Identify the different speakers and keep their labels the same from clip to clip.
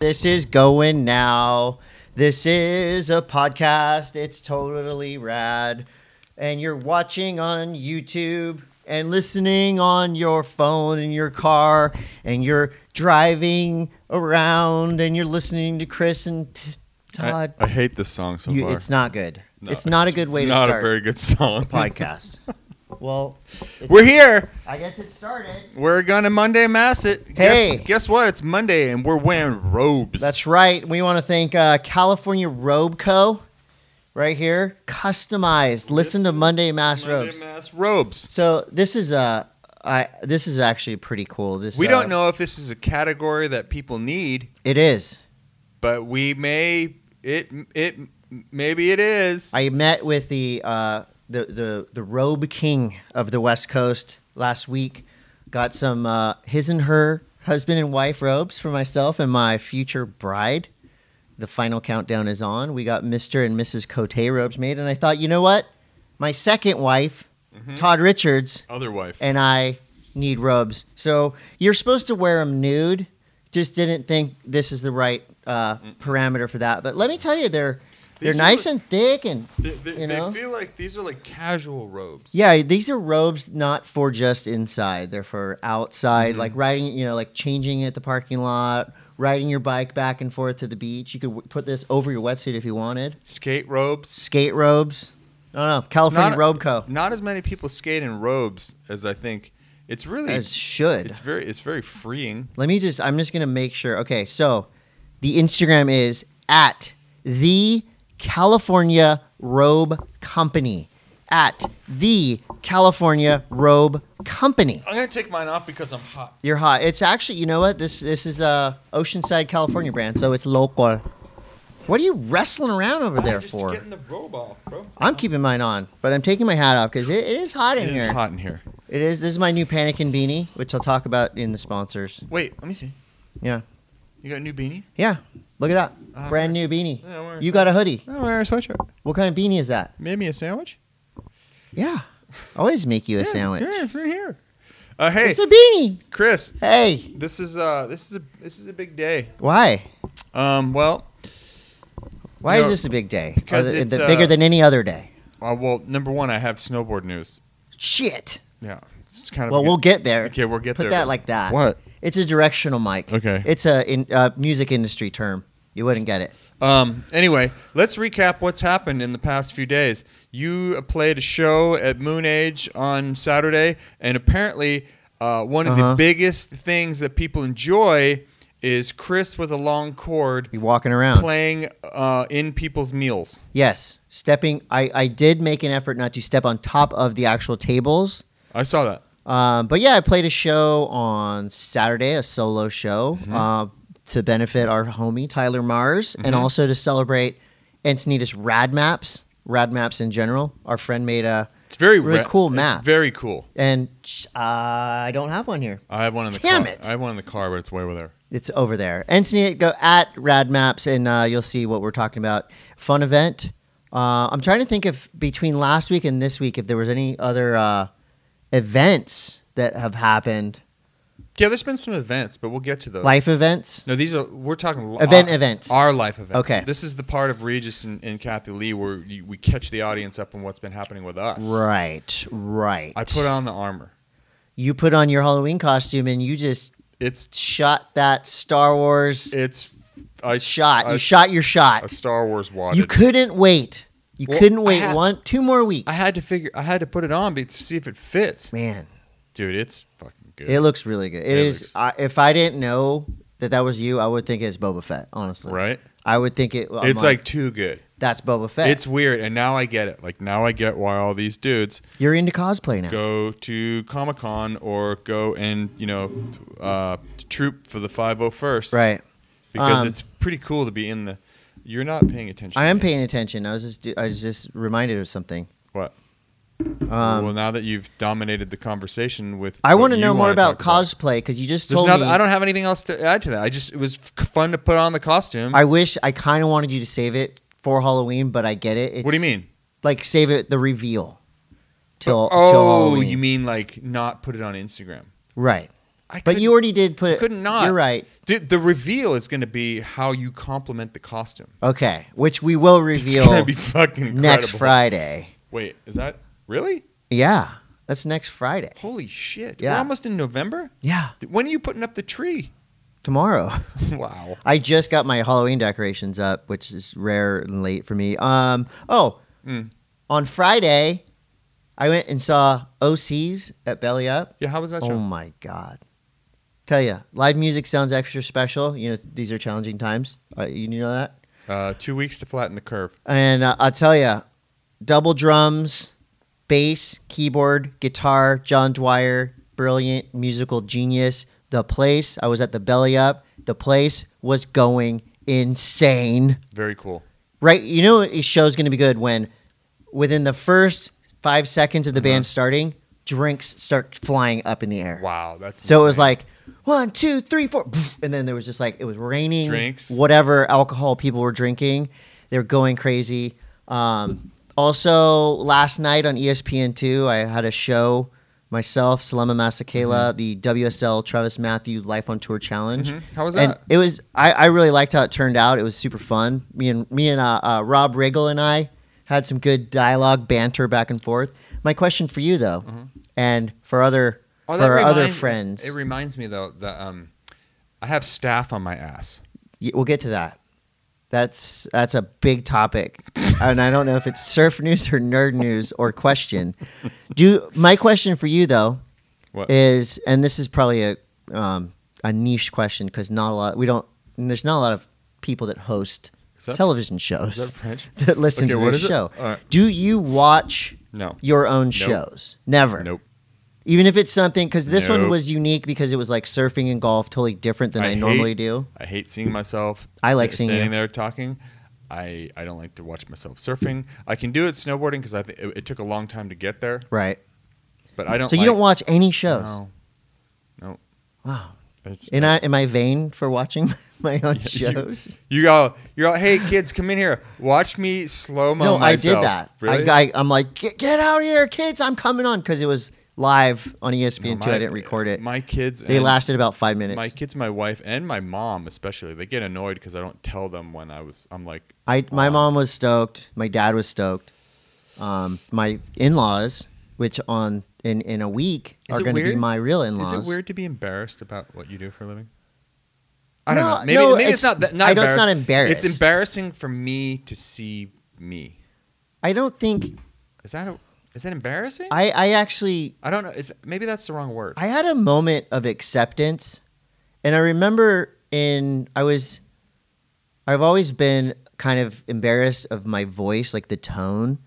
Speaker 1: This is going now. This is a podcast. It's totally rad. And you're watching on YouTube and listening on your phone in your car and you're driving around and you're listening to Chris and t-
Speaker 2: I,
Speaker 1: Todd.
Speaker 2: I hate this song so
Speaker 1: you,
Speaker 2: far.
Speaker 1: it's not good.
Speaker 2: No,
Speaker 1: it's not a good way to
Speaker 2: not
Speaker 1: start
Speaker 2: a very good song.
Speaker 1: a podcast. well, it's-
Speaker 2: We're here.
Speaker 1: I guess it started.
Speaker 2: We're gonna Monday mass it.
Speaker 1: Hey.
Speaker 2: guess, guess what? It's Monday and we're wearing robes.
Speaker 1: That's right. We want to thank uh, California Robe Co. right here. Customized. Listen to Monday Mass
Speaker 2: Monday
Speaker 1: Robes.
Speaker 2: mass robes.
Speaker 1: So this is uh, I this is actually pretty cool. This
Speaker 2: We
Speaker 1: uh,
Speaker 2: don't know if this is a category that people need,
Speaker 1: It is.
Speaker 2: but we may it it maybe it is.
Speaker 1: I met with the uh, the the the robe king of the West Coast last week. Got some uh, his and her husband and wife robes for myself and my future bride. The final countdown is on. We got Mr. and Mrs. Cote robes made, and I thought, you know what? My second wife,
Speaker 2: Mm-hmm.
Speaker 1: Todd Richards,
Speaker 2: Other wife.
Speaker 1: and I need robes. So you're supposed to wear them nude. Just didn't think this is the right uh, parameter for that. But let me tell you, they're they're
Speaker 2: Mm. These are
Speaker 1: nice
Speaker 2: the-
Speaker 1: and thick and
Speaker 2: They,
Speaker 1: you they know?
Speaker 2: feel like these are like casual robes.
Speaker 1: yeah, these are robes not for just inside. They're for outside, like
Speaker 2: Mm-hmm.
Speaker 1: riding, you know, like changing at the parking lot, riding your bike back and forth to the beach. You could w- put this over your wetsuit if you wanted.
Speaker 2: Skate robes.
Speaker 1: Skate robes. I don't know. California
Speaker 2: Not-
Speaker 1: Robe Co.
Speaker 2: Not as many people skate in robes as I think. It's really
Speaker 1: As should.
Speaker 2: it's very it's very freeing.
Speaker 1: Let me just. I'm just gonna make sure. Okay, so the Instagram is at the California Robe Company. At the California Robe Company.
Speaker 2: I'm gonna take mine off because I'm hot.
Speaker 1: You're hot. It's actually, you know what? This this is a Oceanside, California brand, so it's local. What are you wrestling around over there for?
Speaker 2: the robe off, bro.
Speaker 1: I'm keeping mine on, but I'm taking my hat off because it, it is hot in
Speaker 2: It
Speaker 1: here.
Speaker 2: is hot in here.
Speaker 1: It is. This is my new Panikin beanie, which I'll talk about in the sponsors.
Speaker 2: Wait, let me see.
Speaker 1: Yeah.
Speaker 2: You got new beanies?
Speaker 1: Yeah, look at that.
Speaker 2: Uh,
Speaker 1: Brand new beanie.
Speaker 2: Yeah, we're-
Speaker 1: You got a hoodie.
Speaker 2: No, wear a sweatshirt.
Speaker 1: What kind of beanie is that?
Speaker 2: Made me a sandwich.
Speaker 1: Yeah. Always make you a sandwich.
Speaker 2: Yeah, it's right here. Uh, hey,
Speaker 1: It's a beanie.
Speaker 2: Chris.
Speaker 1: Hey.
Speaker 2: This is uh, this is a this is a big day.
Speaker 1: Why?
Speaker 2: Um, well,
Speaker 1: Why is
Speaker 2: No,
Speaker 1: this a big day?
Speaker 2: because
Speaker 1: Other-
Speaker 2: it's,
Speaker 1: the- bigger
Speaker 2: uh,
Speaker 1: than any other day.
Speaker 2: uh, well, number one, I have snowboard news.
Speaker 1: Shit.
Speaker 2: Yeah, it's kind of.
Speaker 1: Well,
Speaker 2: a
Speaker 1: we'll
Speaker 2: good-
Speaker 1: get there.
Speaker 2: Okay, we'll get
Speaker 1: Put
Speaker 2: there.
Speaker 1: that like that.
Speaker 2: What?
Speaker 1: It's a directional mic.
Speaker 2: Okay.
Speaker 1: It's a in, uh, music industry term. You wouldn't get it.
Speaker 2: Um, anyway, let's recap what's happened in the past few days. You uh, played a show at Moon Age on Saturday, and apparently, uh, one of
Speaker 1: Uh-huh.
Speaker 2: the biggest things that people enjoy is Chris with a long cord
Speaker 1: You walking around.
Speaker 2: playing uh, in people's meals.
Speaker 1: yes. Stepping. I, I did make an effort not to step on top of the actual tables.
Speaker 2: I saw that.
Speaker 1: Um, but yeah, I played a show on Saturday, a solo show uh, to benefit our homie Tyler Mars, and also to celebrate Encinitas Rad Maps, Rad Maps in general. Our friend made a,
Speaker 2: It's very
Speaker 1: Really
Speaker 2: ra-
Speaker 1: cool
Speaker 2: it's
Speaker 1: map.
Speaker 2: very cool.
Speaker 1: and sh- uh, I don't have one here.
Speaker 2: I have one in the
Speaker 1: Damn
Speaker 2: car.
Speaker 1: it.
Speaker 2: I have one in the car, but it's way over there.
Speaker 1: It's over there. Encinitas, go at Rad Maps, and uh, you'll see what we're talking about. Fun event. Uh, I'm trying to think if between last week and this week, if there was any other uh, events that have happened,
Speaker 2: Yeah, there's been some events, but we'll get to those.
Speaker 1: life events.
Speaker 2: No, these are we're talking li-
Speaker 1: Event
Speaker 2: our,
Speaker 1: events.
Speaker 2: Our life events.
Speaker 1: Okay.
Speaker 2: This is the part of Regis and, and Kathy Lee where you, we catch the audience up on what's been happening with us.
Speaker 1: Right, right.
Speaker 2: I put on the armor.
Speaker 1: you put on your Halloween costume and you just
Speaker 2: It's
Speaker 1: shot that Star Wars
Speaker 2: it's I s-
Speaker 1: shot.
Speaker 2: I
Speaker 1: you
Speaker 2: s-
Speaker 1: shot your
Speaker 2: a
Speaker 1: shot.
Speaker 2: Star Wars wad.
Speaker 1: You couldn't wait. You
Speaker 2: Well,
Speaker 1: couldn't
Speaker 2: I
Speaker 1: wait
Speaker 2: had-
Speaker 1: one two more weeks.
Speaker 2: I had to figure. I had to put it on be- to see if it fits.
Speaker 1: man.
Speaker 2: Dude, it's fucking good.
Speaker 1: It looks really good. It
Speaker 2: It
Speaker 1: is.
Speaker 2: looks-
Speaker 1: I, if I didn't know that that was you, I would think it's Boba Fett. Honestly,
Speaker 2: right.
Speaker 1: I would think it. I'm
Speaker 2: it's like too good.
Speaker 1: that's Boba Fett.
Speaker 2: It's weird, and now I get it. Like now I get why all these dudes
Speaker 1: You're into cosplay now.
Speaker 2: go to Comic Con or go and you know t- uh, troop for the 501st.
Speaker 1: Right.
Speaker 2: because
Speaker 1: Um,
Speaker 2: it's pretty cool to be in the. You're not paying attention.
Speaker 1: I am
Speaker 2: to me.
Speaker 1: paying attention. I was just. I was just reminded of something.
Speaker 2: What?
Speaker 1: Um,
Speaker 2: well, now that you've dominated the conversation with,
Speaker 1: I
Speaker 2: what
Speaker 1: want to
Speaker 2: you
Speaker 1: know more
Speaker 2: wanna
Speaker 1: about
Speaker 2: talk
Speaker 1: cosplay because you just
Speaker 2: There's
Speaker 1: told
Speaker 2: nothing,
Speaker 1: me.
Speaker 2: I don't have anything else to add to that. I just it was f- fun to put on the costume.
Speaker 1: I wish I kind of wanted you to save it for Halloween, but I get it. It's,
Speaker 2: what do you mean?
Speaker 1: Like save it the reveal till till
Speaker 2: oh,
Speaker 1: Halloween.
Speaker 2: you mean like not put it on Instagram?
Speaker 1: right?
Speaker 2: I
Speaker 1: But you
Speaker 2: couldn't-
Speaker 1: already did put.
Speaker 2: I couldn't not.
Speaker 1: You're right.
Speaker 2: The, the reveal is going to be how you complement the costume.
Speaker 1: Okay, which we will
Speaker 2: It's
Speaker 1: reveal
Speaker 2: going to be fucking incredible.
Speaker 1: next Friday.
Speaker 2: Wait, is that really?
Speaker 1: Yeah, that's next Friday.
Speaker 2: Holy shit! We're
Speaker 1: Yeah.
Speaker 2: almost in November.
Speaker 1: Yeah,
Speaker 2: Th- When are you putting up the tree?
Speaker 1: tomorrow.
Speaker 2: wow.
Speaker 1: I just got my Halloween decorations up, which is rare and late for me. Um, oh,
Speaker 2: Mm.
Speaker 1: on Friday, I went and saw OCs at Belly Up.
Speaker 2: Yeah, how was that
Speaker 1: Oh
Speaker 2: show?
Speaker 1: my god! Tell you, live music sounds extra special. You know, these are challenging times. Uh, you know that.
Speaker 2: Uh, two weeks to flatten the curve.
Speaker 1: And uh, I'll tell you, double drums, bass, keyboard, guitar, John Dwyer, brilliant musical genius. The place, I was at the belly up, the place was going insane.
Speaker 2: Very cool.
Speaker 1: Right? You know, a show's going to be good when within the first five seconds of the band starting, drinks start flying up in the air.
Speaker 2: Wow, that's
Speaker 1: So it was
Speaker 2: insane.
Speaker 1: like one, two, three, four, and then there was just like it was raining.
Speaker 2: Drinks.
Speaker 1: whatever alcohol people were drinking, they were going crazy. Um, also, last night on E ESPN two, I had a show myself, Salema
Speaker 2: Mm-hmm.
Speaker 1: Masakela, the WSL Travis Matthew Life on Tour Challenge.
Speaker 2: Mhm. How was
Speaker 1: And
Speaker 2: that?
Speaker 1: it was I, I really liked how it turned out. It was super fun. Me and me and uh, uh, Rob Riggle and I had some good dialogue, banter back and forth. My question for you though,
Speaker 2: Mm-hmm.
Speaker 1: and for other
Speaker 2: Oh,
Speaker 1: for
Speaker 2: that
Speaker 1: our other
Speaker 2: reminds-
Speaker 1: friends,
Speaker 2: It reminds me though that um, I have staff on my ass.
Speaker 1: y- we'll get to that. That's that's a big topic, and I don't know if it's surf news or nerd news or question. Do my question for you though
Speaker 2: What?
Speaker 1: is, and this is probably a um, a niche question because not a lot we don't there's not a lot of people that host
Speaker 2: Is that-
Speaker 1: television shows
Speaker 2: is that French?
Speaker 1: that listen
Speaker 2: Okay,
Speaker 1: to
Speaker 2: what
Speaker 1: this
Speaker 2: is it?
Speaker 1: show.
Speaker 2: All right.
Speaker 1: Do you watch
Speaker 2: No.
Speaker 1: your own shows? Never.
Speaker 2: Nope.
Speaker 1: Even if it's something because this one
Speaker 2: Nope.
Speaker 1: was unique because it was like surfing and golf, totally different than I,
Speaker 2: I
Speaker 1: normally
Speaker 2: hate-
Speaker 1: do.
Speaker 2: I hate seeing myself.
Speaker 1: I like
Speaker 2: sta-
Speaker 1: seeing
Speaker 2: standing
Speaker 1: you.
Speaker 2: there talking. I, I don't like to watch myself surfing. I can do it snowboarding because I th- it, it took a long time to get there,
Speaker 1: Right.
Speaker 2: but I don't.
Speaker 1: So you
Speaker 2: like-
Speaker 1: don't watch any shows.
Speaker 2: No. no.
Speaker 1: Wow.
Speaker 2: It's,
Speaker 1: And I am I vain for watching my own
Speaker 2: Yeah, you-
Speaker 1: shows?
Speaker 2: you go. You're all, hey kids, come in here. Watch me slow mo.
Speaker 1: no, I
Speaker 2: myself.
Speaker 1: did that.
Speaker 2: Really?
Speaker 1: I, I I'm like get, get out here, kids! I'm coming on because it was live on E
Speaker 2: No,
Speaker 1: ESPN two.
Speaker 2: my-
Speaker 1: I didn't record it.
Speaker 2: My kids.
Speaker 1: they
Speaker 2: and
Speaker 1: lasted about five minutes.
Speaker 2: My kids, my wife, and my mom especially. They get annoyed because I don't tell them when I was. I'm like,
Speaker 1: I my
Speaker 2: Wow.
Speaker 1: mom was stoked. My dad was stoked. Um, my in-laws, which on in in a week
Speaker 2: Is
Speaker 1: are
Speaker 2: it
Speaker 1: going to be
Speaker 2: weird?
Speaker 1: my real
Speaker 2: Is
Speaker 1: in-laws.
Speaker 2: it weird to be embarrassed about what you do for a living? I don't
Speaker 1: No,
Speaker 2: know. Maybe,
Speaker 1: no,
Speaker 2: maybe
Speaker 1: it's-
Speaker 2: it's, not that. Not
Speaker 1: I know it's not
Speaker 2: embarrassed. It's
Speaker 1: embarrassed.
Speaker 2: embarrassing for me to see me.
Speaker 1: I don't think
Speaker 2: Is that a, is that embarrassing? I,
Speaker 1: I I actually
Speaker 2: don't know. Is maybe that's the wrong word.
Speaker 1: I had a moment of acceptance, and I remember in I was, I've always been kind of embarrassed of my voice, like the tone,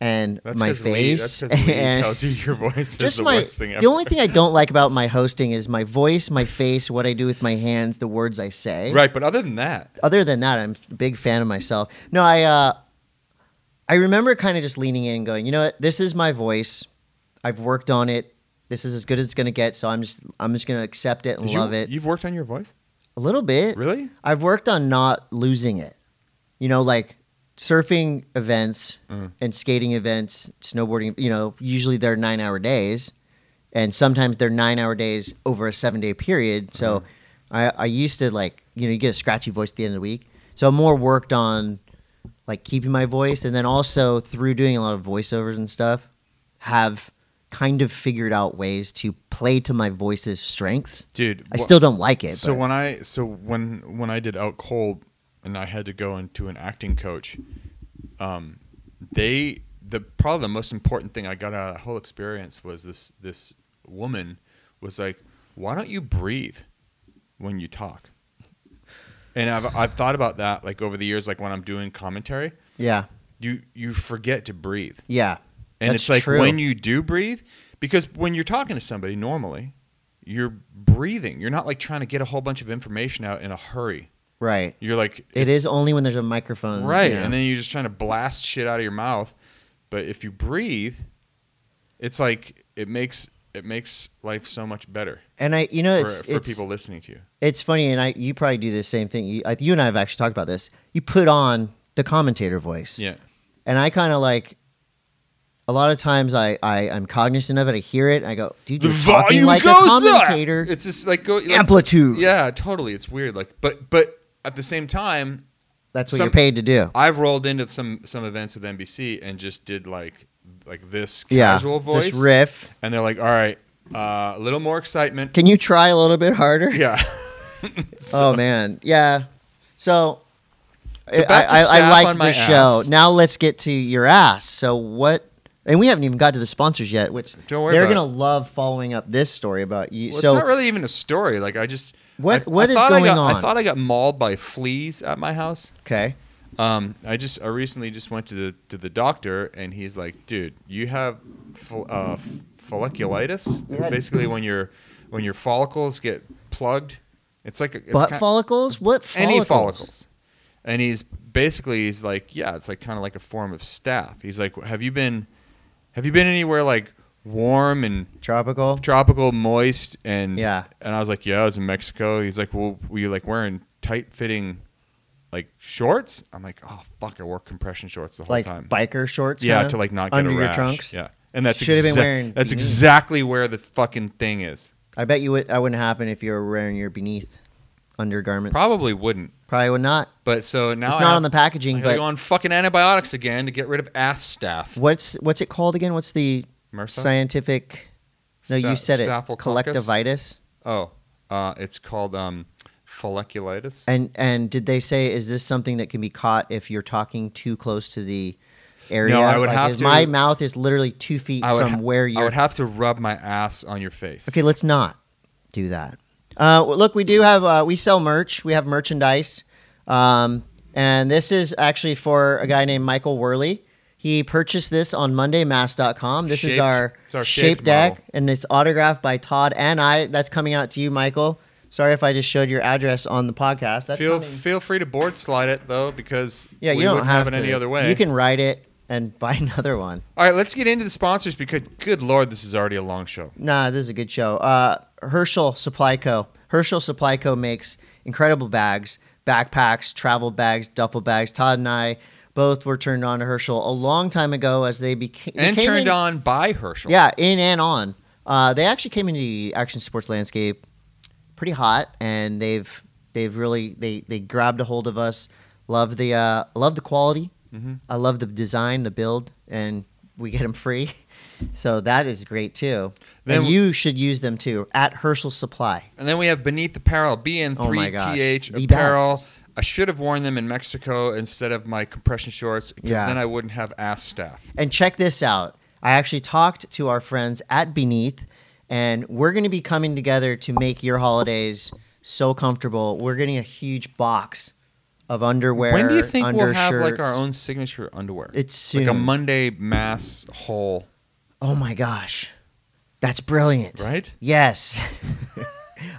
Speaker 1: and
Speaker 2: that's
Speaker 1: my
Speaker 2: 'cause Lee-
Speaker 1: face,
Speaker 2: that's because Lee
Speaker 1: and
Speaker 2: tells you your voice is
Speaker 1: just
Speaker 2: the
Speaker 1: my.
Speaker 2: worst thing ever.
Speaker 1: the only thing I don't like about my hosting is my voice, my face, what I do with my hands, the words I say.
Speaker 2: right, but other than that,
Speaker 1: Other than that, I'm a big fan of myself. No, I. uh I remember kind of just leaning in and going, you know what, this is my voice. I've worked on it. This is as good as it's gonna get. So I'm just I'm just gonna accept it and
Speaker 2: did
Speaker 1: love
Speaker 2: you,
Speaker 1: it.
Speaker 2: You've worked on your voice,
Speaker 1: a little bit.
Speaker 2: really?
Speaker 1: I've worked on not losing it. You know, like surfing events
Speaker 2: Mm.
Speaker 1: and skating events, snowboarding, you know, usually they're nine hour days. And sometimes they're nine hour days over a seven day period.
Speaker 2: Mm.
Speaker 1: So I, I used to like, you know, you get a scratchy voice at the end of the week. So I more worked on like keeping my voice and then also through doing a lot of voiceovers and stuff, have kind of figured out ways to play to my voice's strengths.
Speaker 2: Dude,
Speaker 1: I
Speaker 2: wha-
Speaker 1: still don't like it.
Speaker 2: So
Speaker 1: but-
Speaker 2: when I so when when I did out cold and I had to go into an acting coach, um, they the probably the most important thing I got out of that whole experience was this this woman was like, why don't you breathe when you talk? And I've I've thought about that like over the years, like when I'm doing commentary,
Speaker 1: yeah.
Speaker 2: you you forget to breathe.
Speaker 1: Yeah.
Speaker 2: And
Speaker 1: That's
Speaker 2: it's like
Speaker 1: true.
Speaker 2: when you do breathe, because when you're talking to somebody normally, you're breathing. You're not like trying to get a whole bunch of information out in a hurry.
Speaker 1: Right.
Speaker 2: You're like
Speaker 1: It
Speaker 2: it's-
Speaker 1: is only when there's a microphone.
Speaker 2: right,
Speaker 1: Mm, yeah.
Speaker 2: and then you're just trying to blast shit out of your mouth. But if you breathe, it's like it makes it makes life so much better
Speaker 1: And I, you know,
Speaker 2: for,
Speaker 1: it's
Speaker 2: for
Speaker 1: it's
Speaker 2: people listening to you.
Speaker 1: it's funny, and I, you probably do the same thing. You, I, you and I have actually talked about this. You put on the commentator voice,
Speaker 2: Yeah,
Speaker 1: and I kind of like, a lot of times I, I I'm cognizant of it. I hear it. And I go, dude,
Speaker 2: the
Speaker 1: you're talking
Speaker 2: volume
Speaker 1: like a
Speaker 2: goes
Speaker 1: commentator.
Speaker 2: up. It's just like go like,
Speaker 1: amplitude.
Speaker 2: Yeah, totally. It's weird. Like, but but at the same time,
Speaker 1: That's what
Speaker 2: Some-
Speaker 1: you're paid to do.
Speaker 2: I've rolled into some some events with NBC and just did like like this
Speaker 1: Yeah,
Speaker 2: casual voice,
Speaker 1: just riff.
Speaker 2: and they're like, "All right, uh, a little more excitement."
Speaker 1: Can you try a little bit harder?
Speaker 2: Yeah.
Speaker 1: oh man, yeah. So, I,
Speaker 2: back to
Speaker 1: I, I
Speaker 2: staff
Speaker 1: liked
Speaker 2: on my
Speaker 1: the show.
Speaker 2: ass.
Speaker 1: Now let's get to your ass. So what? And we haven't even got to the sponsors yet, which
Speaker 2: Don't worry
Speaker 1: they're
Speaker 2: about
Speaker 1: gonna love following up this story about you.
Speaker 2: Well,
Speaker 1: so
Speaker 2: it's not really even a story. Like I just
Speaker 1: What-
Speaker 2: I,
Speaker 1: what
Speaker 2: I
Speaker 1: is
Speaker 2: thought I
Speaker 1: going
Speaker 2: got- I
Speaker 1: on?
Speaker 2: thought I got mauled by fleas at my house.
Speaker 1: okay,
Speaker 2: Um, I just I recently just went to the to the doctor and he's like, dude, you have fol- uh, f- folliculitis. It's
Speaker 1: Yeah.
Speaker 2: basically when your when your follicles get plugged. It's like a, it's
Speaker 1: butt
Speaker 2: ki-
Speaker 1: follicles? What follicles?
Speaker 2: any follicles. And he's basically he's like, yeah, it's like kind of like a form of staph. He's like, have you been have you been anywhere like warm and
Speaker 1: Tropical.
Speaker 2: tropical, moist, and
Speaker 1: Yeah.
Speaker 2: And I was like, yeah, I was in Mexico. He's like, well, were you like wearing tight fitting, like shorts? I'm like, oh fuck, I wore compression shorts the whole
Speaker 1: like
Speaker 2: time.
Speaker 1: biker shorts.
Speaker 2: yeah,
Speaker 1: kinda?
Speaker 2: to like not get
Speaker 1: under
Speaker 2: a
Speaker 1: your
Speaker 2: rash.
Speaker 1: trunks.
Speaker 2: Yeah, and that's
Speaker 1: Should've been
Speaker 2: exac-
Speaker 1: wearing
Speaker 2: That's
Speaker 1: beanies.
Speaker 2: exactly where the fucking thing is.
Speaker 1: I bet you would. I wouldn't happen if you were wearing your beneath undergarments.
Speaker 2: Probably wouldn't.
Speaker 1: Probably would not.
Speaker 2: But so now
Speaker 1: it's
Speaker 2: I
Speaker 1: not
Speaker 2: have-
Speaker 1: on the
Speaker 2: I
Speaker 1: packaging,
Speaker 2: gotta
Speaker 1: but
Speaker 2: go on fucking antibiotics again to get rid of ass staff.
Speaker 1: what's what's it called again? What's the
Speaker 2: MRSA?
Speaker 1: scientific? No, you
Speaker 2: Sta-
Speaker 1: said it.
Speaker 2: Staphylococcus?
Speaker 1: Collectivitis.
Speaker 2: Oh, uh, it's called um, folliculitis.
Speaker 1: And and did they say is this something that can be caught if you're talking too close to the area?
Speaker 2: No, I would
Speaker 1: Like,
Speaker 2: have
Speaker 1: is-
Speaker 2: to-
Speaker 1: My mouth is literally two feet
Speaker 2: I would
Speaker 1: from
Speaker 2: ha-
Speaker 1: where
Speaker 2: I
Speaker 1: you're.
Speaker 2: would have to rub my ass on your face.
Speaker 1: okay, let's not do that. Uh, well, look, we do have uh, we sell merch. We have merchandise, um, and this is actually for a guy named Michael Worley. He purchased this on MondayMass.com. This is
Speaker 2: Shaped-
Speaker 1: our,
Speaker 2: it's our
Speaker 1: shape
Speaker 2: shaped
Speaker 1: deck,
Speaker 2: model.
Speaker 1: and it's autographed by Todd and I. That's coming out to you, Michael. Sorry if I just showed your address on the podcast. That's
Speaker 2: feel
Speaker 1: coming.
Speaker 2: feel free to board slide it though, because
Speaker 1: Yeah,
Speaker 2: we
Speaker 1: you don't
Speaker 2: wouldn't
Speaker 1: have,
Speaker 2: it
Speaker 1: to.
Speaker 2: any other way.
Speaker 1: You can write it and buy another one.
Speaker 2: All right, let's get into the sponsors because good lord, this is already a long show.
Speaker 1: Nah, this is a good show. Uh, Herschel Supply Co. Herschel Supply Co. makes incredible bags, backpacks, travel bags, duffel bags. Todd and I both were turned on to Herschel a long time ago as they beca- became
Speaker 2: And turned
Speaker 1: in-
Speaker 2: on by Herschel.
Speaker 1: Yeah, in and on. Uh, they actually came into the action sports landscape pretty hot, and they've they've really they they grabbed a hold of us. Love the uh, love the quality.
Speaker 2: Mhm.
Speaker 1: I love the design, the build, and we get them free, so that is great too.
Speaker 2: Then
Speaker 1: and
Speaker 2: we-
Speaker 1: you should use them too at Herschel Supply.
Speaker 2: And then we have Beneath Apparel, BN3TH
Speaker 1: Oh my gosh, the
Speaker 2: Apparel.
Speaker 1: best.
Speaker 2: I should have worn them in Mexico instead of my compression shorts because
Speaker 1: Yeah.
Speaker 2: then I wouldn't have ass staff.
Speaker 1: And check this out. I actually talked to our friends at Beneath, and we're going to be coming together to make your holidays so comfortable. We're getting a huge box of underwear.
Speaker 2: when do you think we'll have like
Speaker 1: undershirts.
Speaker 2: our own signature underwear?
Speaker 1: It's soon.
Speaker 2: like a Monday mass haul,
Speaker 1: oh my gosh, that's brilliant!
Speaker 2: right?
Speaker 1: Yes.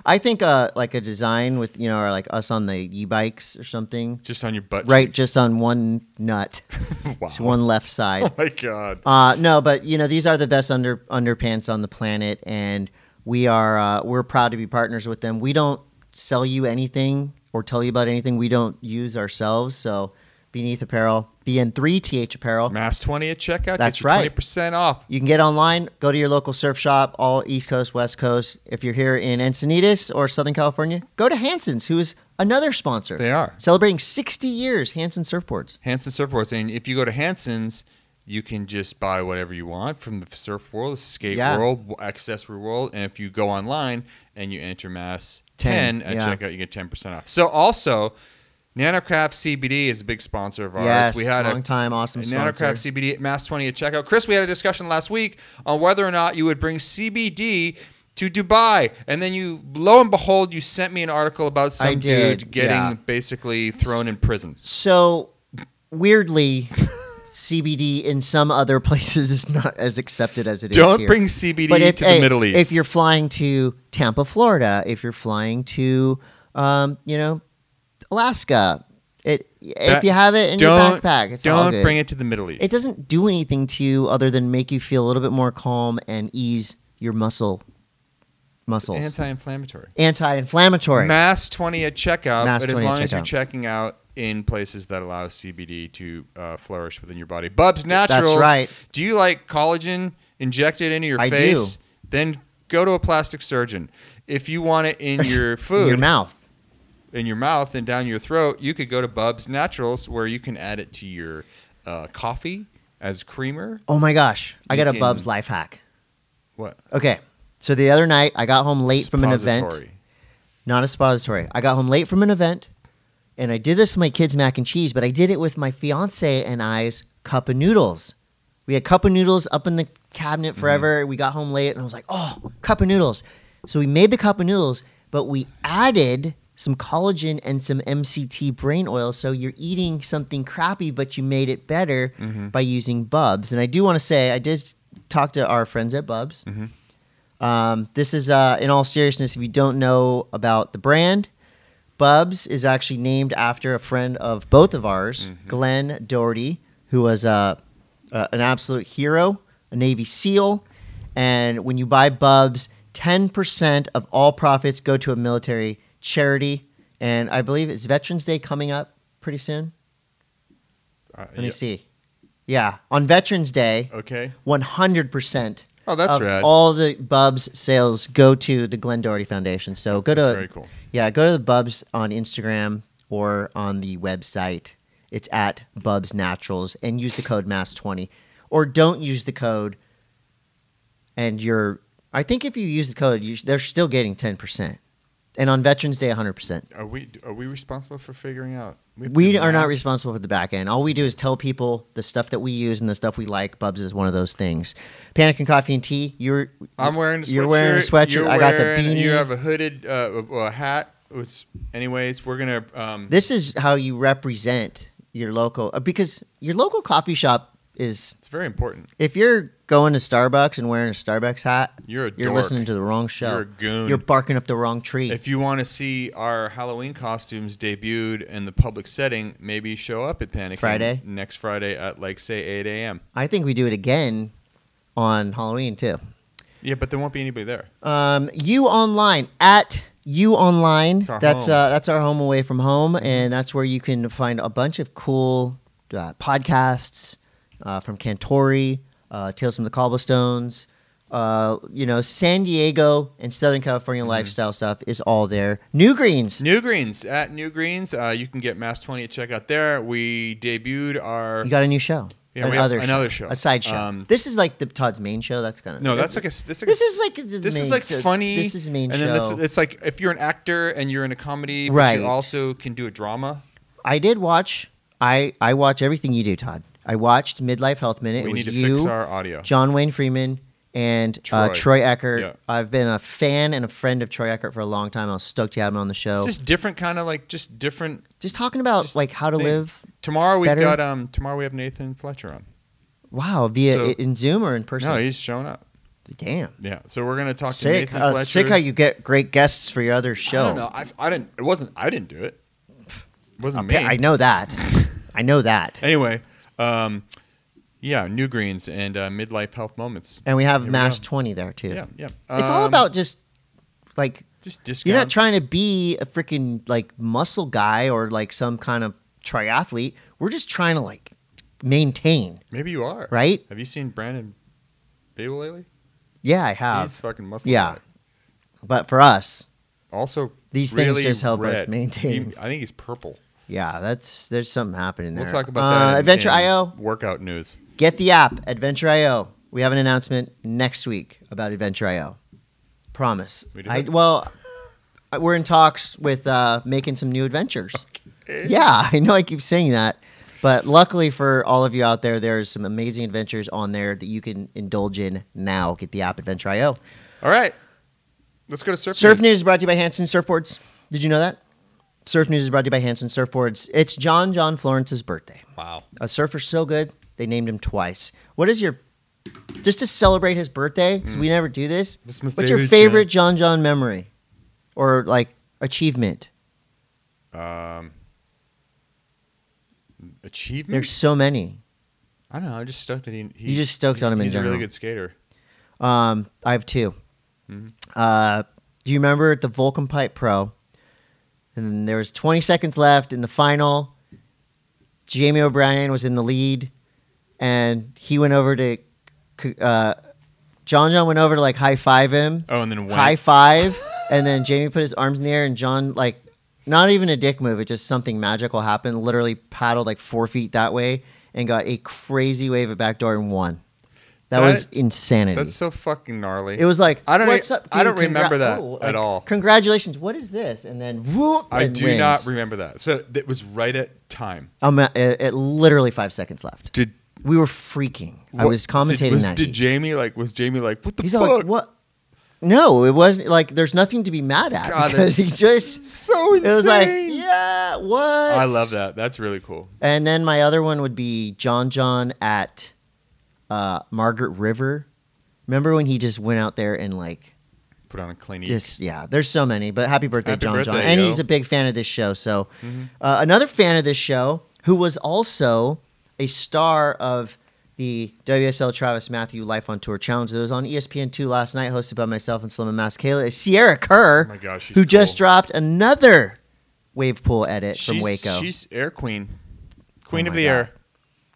Speaker 1: I think uh, like a design with you know, or like us on the e-bikes or something,
Speaker 2: Just on your butt.
Speaker 1: right? Just on one nut,
Speaker 2: cheek. Wow.
Speaker 1: just one left side.
Speaker 2: Oh my god.
Speaker 1: Uh, no, but you know these are the best under underpants on the planet, and we are uh, we're proud to be partners with them. We don't sell you anything or tell you about anything we don't use ourselves. So Beneath Apparel, BN3TH Apparel.
Speaker 2: Mass 20 at checkout.
Speaker 1: That's
Speaker 2: That's you
Speaker 1: right.
Speaker 2: 20% off.
Speaker 1: You can get online, go to your local surf shop, all East Coast, West Coast. If you're here in Encinitas or Southern California, go to Hanson's, who is another sponsor.
Speaker 2: They are.
Speaker 1: Celebrating 60 years, Hanson Surfboards.
Speaker 2: Hanson Surfboards. And if you go to Hanson's, you can just buy whatever you want from the surf world, the skate
Speaker 1: Yeah.
Speaker 2: world, w- accessory world. And if you go online and you enter mass 10,
Speaker 1: 10,
Speaker 2: at
Speaker 1: yeah.
Speaker 2: checkout, you get 10% off. So also, Nanocraft CBD is a big sponsor of ours.
Speaker 1: yes,
Speaker 2: we had
Speaker 1: long
Speaker 2: a
Speaker 1: time, awesome sponsor.
Speaker 2: Nanocraft CBD at Mass 20 at checkout. Chris, we had a discussion last week on whether or not you would bring CBD to Dubai. And then you, lo and behold, you sent me an article about
Speaker 1: I
Speaker 2: some
Speaker 1: did,
Speaker 2: dude getting
Speaker 1: yeah.
Speaker 2: basically thrown in prison.
Speaker 1: So weirdly, CBD in some other places is not as accepted as it is.
Speaker 2: Don't
Speaker 1: here.
Speaker 2: bring CBD
Speaker 1: But if-
Speaker 2: to
Speaker 1: hey,
Speaker 2: the Middle East.
Speaker 1: If you're flying to Tampa, Florida, if you're flying to, um, you know, Alaska, it if
Speaker 2: That-
Speaker 1: you have it in your
Speaker 2: don't-
Speaker 1: backpack, it's all
Speaker 2: Don't
Speaker 1: good.
Speaker 2: bring it to the Middle East.
Speaker 1: It doesn't do anything to you other than make you feel a little bit more calm and ease your muscle muscles.
Speaker 2: Anti-inflammatory.
Speaker 1: Anti-inflammatory.
Speaker 2: Mass 20 at checkout,
Speaker 1: Mass
Speaker 2: but as
Speaker 1: 20 at
Speaker 2: long as you're
Speaker 1: checkout.
Speaker 2: checking out in places that allow CBD to uh, flourish within your body. Bubs Naturals.
Speaker 1: right.
Speaker 2: Do you like collagen injected into your
Speaker 1: I
Speaker 2: face?
Speaker 1: do.
Speaker 2: Then go to a plastic surgeon. If you want it in your food,
Speaker 1: In your mouth.
Speaker 2: in your mouth and down your throat, you could go to Bubs Naturals where you can add it to your uh, coffee as creamer.
Speaker 1: Oh my gosh, I
Speaker 2: You
Speaker 1: got a
Speaker 2: can-
Speaker 1: Bubs life hack.
Speaker 2: What?
Speaker 1: Okay, so the other night I got home late from an event.
Speaker 2: Suppository.
Speaker 1: Not a suppository. I got home late from an event, and I did this with my kids' mac and cheese, but I did it with my fiance and I's cup of noodles. We had cup of noodles up in the cabinet forever. We got home late, and I was like, "Oh, cup of noodles." So we made the cup of noodles, but we added some collagen and some MCT brain oil. So you're eating something crappy, but you made it better by using Bubs. And I do want to say, I did talk to our friends at Bubs. Um, this is, uh, in all seriousness, if you don't know about the brand, Bubs is actually named after a friend of both of ours, Glenn Doherty, who was uh, uh, an absolute hero, a Navy SEAL. And when you buy Bubs, 10% of all profits go to a military charity. And I believe it's Veterans Day coming up pretty soon.
Speaker 2: Uh,
Speaker 1: Let me
Speaker 2: yeah. Uh,
Speaker 1: see. Yeah, on Veterans Day,
Speaker 2: Okay.
Speaker 1: 100%
Speaker 2: Oh, that's
Speaker 1: of
Speaker 2: rad.
Speaker 1: all the Bubs sales go to the Glenn Doherty Foundation. So go
Speaker 2: That's
Speaker 1: to
Speaker 2: very cool.
Speaker 1: yeah, go to the Bubs on Instagram or on the website. It's at Bubs Naturals and use the code MASS20 or don't use the code and you're I think if you use the code you, they're still getting 10% and on Veterans Day 100%.
Speaker 2: Are we are we responsible for figuring out? have to
Speaker 1: We
Speaker 2: do
Speaker 1: are not
Speaker 2: math?
Speaker 1: responsible for the back end. All we do is tell people the stuff that we use and the stuff we like. Bubs is one of those things. Panic and coffee and tea. You're
Speaker 2: I'm wearing. A sweatshirt.
Speaker 1: you're wearing a sweatshirt.
Speaker 2: You're
Speaker 1: I got the
Speaker 2: wearing-
Speaker 1: beanie.
Speaker 2: You have a hooded uh, a, a hat. Which, anyways, we're gonna. Um,
Speaker 1: this is how you represent your local uh, because your local coffee shop is
Speaker 2: it's very important.
Speaker 1: if you're going to Starbucks and wearing a Starbucks hat,
Speaker 2: You're a
Speaker 1: you're
Speaker 2: dork.
Speaker 1: listening to the wrong show.
Speaker 2: You're a goon.
Speaker 1: You're barking up the wrong tree.
Speaker 2: If you want to see our Halloween costumes debuted in the public setting, maybe show up at Panic
Speaker 1: Friday?
Speaker 2: next Friday at like say 8 a.m.
Speaker 1: I think we do it again on Halloween too.
Speaker 2: Yeah, but there won't be anybody there.
Speaker 1: Um, you online at you online.
Speaker 2: It's our
Speaker 1: That's
Speaker 2: home. Mm-hmm.
Speaker 1: uh, that's our home away from home, and that's where you can find a bunch of cool uh, podcasts uh, from Cantori, uh, Tales from the Cobblestones. Uh, you know, San Diego and Southern California lifestyle stuff is all there. New Greens.
Speaker 2: Mm-hmm. New Greens at New Greens, uh, you can get Mass 20 at checkout there. We debuted our.
Speaker 1: you got a new show.
Speaker 2: Yeah, we have another show.
Speaker 1: A side show.
Speaker 2: Um,
Speaker 1: this is like the Todd's main show. That's kind of
Speaker 2: no, that's like a. That's like
Speaker 1: This
Speaker 2: a,
Speaker 1: is like the
Speaker 2: This
Speaker 1: main
Speaker 2: is like
Speaker 1: show.
Speaker 2: funny.
Speaker 1: This is the main
Speaker 2: and
Speaker 1: show.
Speaker 2: then this, it's like if you're an actor and you're in a comedy, but
Speaker 1: Right.
Speaker 2: you also can do a drama.
Speaker 1: I did watch. I I watch everything you do, Todd. I watched Midlife Health Minute.
Speaker 2: we
Speaker 1: it was
Speaker 2: need to
Speaker 1: you,
Speaker 2: fix our audio.
Speaker 1: John Wayne Freeman, and Troy, uh,
Speaker 2: Troy.
Speaker 1: Troy Eckert.
Speaker 2: Yeah.
Speaker 1: I've been a fan and a friend of Troy Eckert for a long time. I was stoked to have him on the show.
Speaker 2: It's
Speaker 1: Just,
Speaker 2: just different kind of like just different.
Speaker 1: talking about
Speaker 2: just
Speaker 1: like how to
Speaker 2: thing.
Speaker 1: live.
Speaker 2: Tomorrow we've
Speaker 1: Better.
Speaker 2: got um. Tomorrow we have Nathan Fletcher on.
Speaker 1: Wow, via
Speaker 2: So-
Speaker 1: in Zoom or in person.
Speaker 2: No, he's showing up.
Speaker 1: Damn,
Speaker 2: Yeah, so we're gonna talk
Speaker 1: sick.
Speaker 2: to Nathan
Speaker 1: Uh,
Speaker 2: Fletcher.
Speaker 1: sick how you get great guests for your other show.
Speaker 2: I don't know. I, I didn't. It wasn't. I didn't do it. It wasn't me.
Speaker 1: Okay, I know that. I know that.
Speaker 2: Anyway, um, yeah, new greens and uh, midlife health moments.
Speaker 1: And we have
Speaker 2: Here we
Speaker 1: Mash
Speaker 2: go.
Speaker 1: Twenty there too.
Speaker 2: Yeah, yeah.
Speaker 1: It's all
Speaker 2: Um,
Speaker 1: about just like
Speaker 2: just discounts.
Speaker 1: You're not trying to be a freaking like muscle guy or like some kind of triathlete. We're just trying to like maintain,
Speaker 2: Maybe you are.
Speaker 1: right?
Speaker 2: Have you seen Brandon Babel lately?
Speaker 1: Yeah, I
Speaker 2: He's
Speaker 1: have.
Speaker 2: fucking muscle.
Speaker 1: Uh, Yeah.
Speaker 2: guy.
Speaker 1: But for us,
Speaker 2: Also,
Speaker 1: These things
Speaker 2: really
Speaker 1: just help us
Speaker 2: red.
Speaker 1: maintain.
Speaker 2: He- I think he's purple.
Speaker 1: yeah, that's there's something happening there.
Speaker 2: We'll talk about that.
Speaker 1: Uh,
Speaker 2: in-
Speaker 1: Adventure
Speaker 2: in
Speaker 1: IO.
Speaker 2: workout news.
Speaker 1: Get the app, Adventure IO. We have an announcement next week about Adventure IO. Promise.
Speaker 2: We do?
Speaker 1: I, well, I- we're in talks with uh, making some new adventures. Yeah, I know I keep saying that, but luckily for all of you out there, there's some amazing adventures on there that you can indulge in now. Get the app Adventure IO.
Speaker 2: All right. Let's go to surf.
Speaker 1: Surf News is brought to you by Hanson Surfboards. Did you know that? Surf News is brought to you by Hanson Surfboards. It's John John Florence's birthday.
Speaker 2: Wow.
Speaker 1: A surfer so good, they named him twice. What is your just to celebrate his birthday? Because we never do this.
Speaker 2: That's my
Speaker 1: What's your
Speaker 2: favorite, John.
Speaker 1: favorite John John memory or like achievement?
Speaker 2: Um, achievement.
Speaker 1: There's so many.
Speaker 2: I don't know. I just stoked that he. he
Speaker 1: You just stoked on him in
Speaker 2: He's a
Speaker 1: general.
Speaker 2: really good skater.
Speaker 1: Um, I have 2 Uh, Do you remember at the Vulcan Pipe Pro? And then there was 20 seconds left in the final. Jamie O'Brien was in the lead, and he went over to uh, John. John went over to like high five him.
Speaker 2: Oh, and then went.
Speaker 1: High five, and then Jamie put his arms in the air, and John like not even a dick move. It just something magical happened. Literally paddled like four feet that way and got a crazy wave at backdoor and won. That,
Speaker 2: That-
Speaker 1: was insanity.
Speaker 2: That's so fucking gnarly.
Speaker 1: It was like
Speaker 2: I don't
Speaker 1: What's
Speaker 2: e-
Speaker 1: up,
Speaker 2: I
Speaker 1: dude?
Speaker 2: don't remember that
Speaker 1: oh,
Speaker 2: at all.
Speaker 1: Congratulations. What is this? And then whoop.
Speaker 2: I
Speaker 1: and
Speaker 2: do
Speaker 1: wins.
Speaker 2: not remember that. So it was right at time.
Speaker 1: I'm at, at, at literally five seconds left.
Speaker 2: Did
Speaker 1: We were freaking. I
Speaker 2: what-
Speaker 1: was commentating
Speaker 2: did, was-
Speaker 1: that.
Speaker 2: Did
Speaker 1: heat.
Speaker 2: Jamie like? Was Jamie like? What the
Speaker 1: He's all
Speaker 2: fuck?
Speaker 1: like, what? No, it wasn't like there's nothing to be mad at
Speaker 2: God,
Speaker 1: because he
Speaker 2: that's
Speaker 1: just
Speaker 2: So
Speaker 1: it
Speaker 2: insane.
Speaker 1: was like yeah what
Speaker 2: I love that. That's really cool.
Speaker 1: And then my other one would be John John at uh, Margaret River. Remember when he just went out there and like
Speaker 2: Put on a clean. eat.
Speaker 1: just yeah there's so many but happy birthday
Speaker 2: Happy
Speaker 1: john john
Speaker 2: birthday,
Speaker 1: and
Speaker 2: yo. Mm-hmm.
Speaker 1: he's a big fan of this show so uh, another fan of this show who was also a star of the WSL Travis Matthew Life on Tour Challenge that was on E ESPN2 last night, hosted by myself and Slim and Mass Kayla, is Sierra Kerr,
Speaker 2: Oh my gosh, she's
Speaker 1: who just
Speaker 2: cool.
Speaker 1: dropped another wave pool edit from
Speaker 2: She's-
Speaker 1: Waco.
Speaker 2: She's air queen, queen
Speaker 1: Oh
Speaker 2: of
Speaker 1: my
Speaker 2: the air.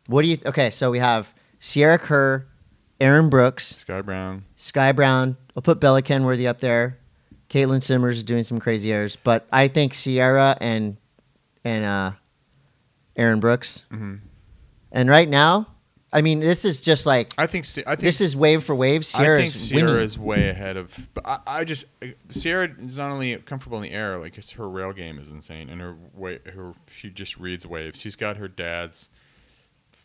Speaker 1: What do you? Okay, so we have Sierra Kerr, Aaron Brooks,
Speaker 2: Sky Brown.
Speaker 1: Sky Brown. I'll put Bella Kenworthy up there. Caitlin Simmers is doing some crazy airs, but I think Sierra and and uh, Aaron Brooks.
Speaker 2: Mhm.
Speaker 1: And right now, I mean, this is just like
Speaker 2: I think. Si- I think.
Speaker 1: this is wave for wave.
Speaker 2: I
Speaker 1: Sierra's
Speaker 2: think Sierra
Speaker 1: winning.
Speaker 2: is way ahead of. But I, I just Sierra is not only comfortable in the air, like it's, her rail game is insane, and her way her she just reads waves. She's got her dad's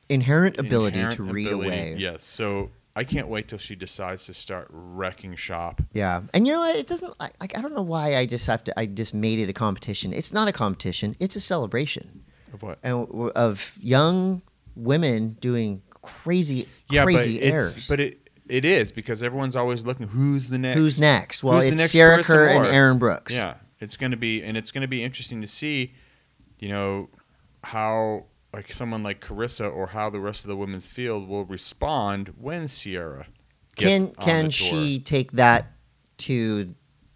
Speaker 1: inherent ability
Speaker 2: inherent
Speaker 1: to read
Speaker 2: ability.
Speaker 1: a wave.
Speaker 2: Yes. So I can't wait till she decides to start wrecking shop.
Speaker 1: Yeah, and you know what? It doesn't I- like I don't know why I just have to. I just made it a competition. It's not a competition. It's a celebration.
Speaker 2: Of what?
Speaker 1: and w- of young women doing crazy,
Speaker 2: Yeah,
Speaker 1: crazy
Speaker 2: but
Speaker 1: errors.
Speaker 2: it's but it it is because everyone's always looking who's the next
Speaker 1: Who's next? Well,
Speaker 2: Who's the
Speaker 1: it's
Speaker 2: next
Speaker 1: Sierra
Speaker 2: Carissa
Speaker 1: Kerr and
Speaker 2: Moore?
Speaker 1: Aaron Brooks.
Speaker 2: Yeah, it's gonna be, and it's gonna be interesting to see, you know, how like someone like Carissa or how the rest of the women's field will respond when Sierra gets
Speaker 1: Can
Speaker 2: on
Speaker 1: can
Speaker 2: the
Speaker 1: she
Speaker 2: tour.
Speaker 1: take that to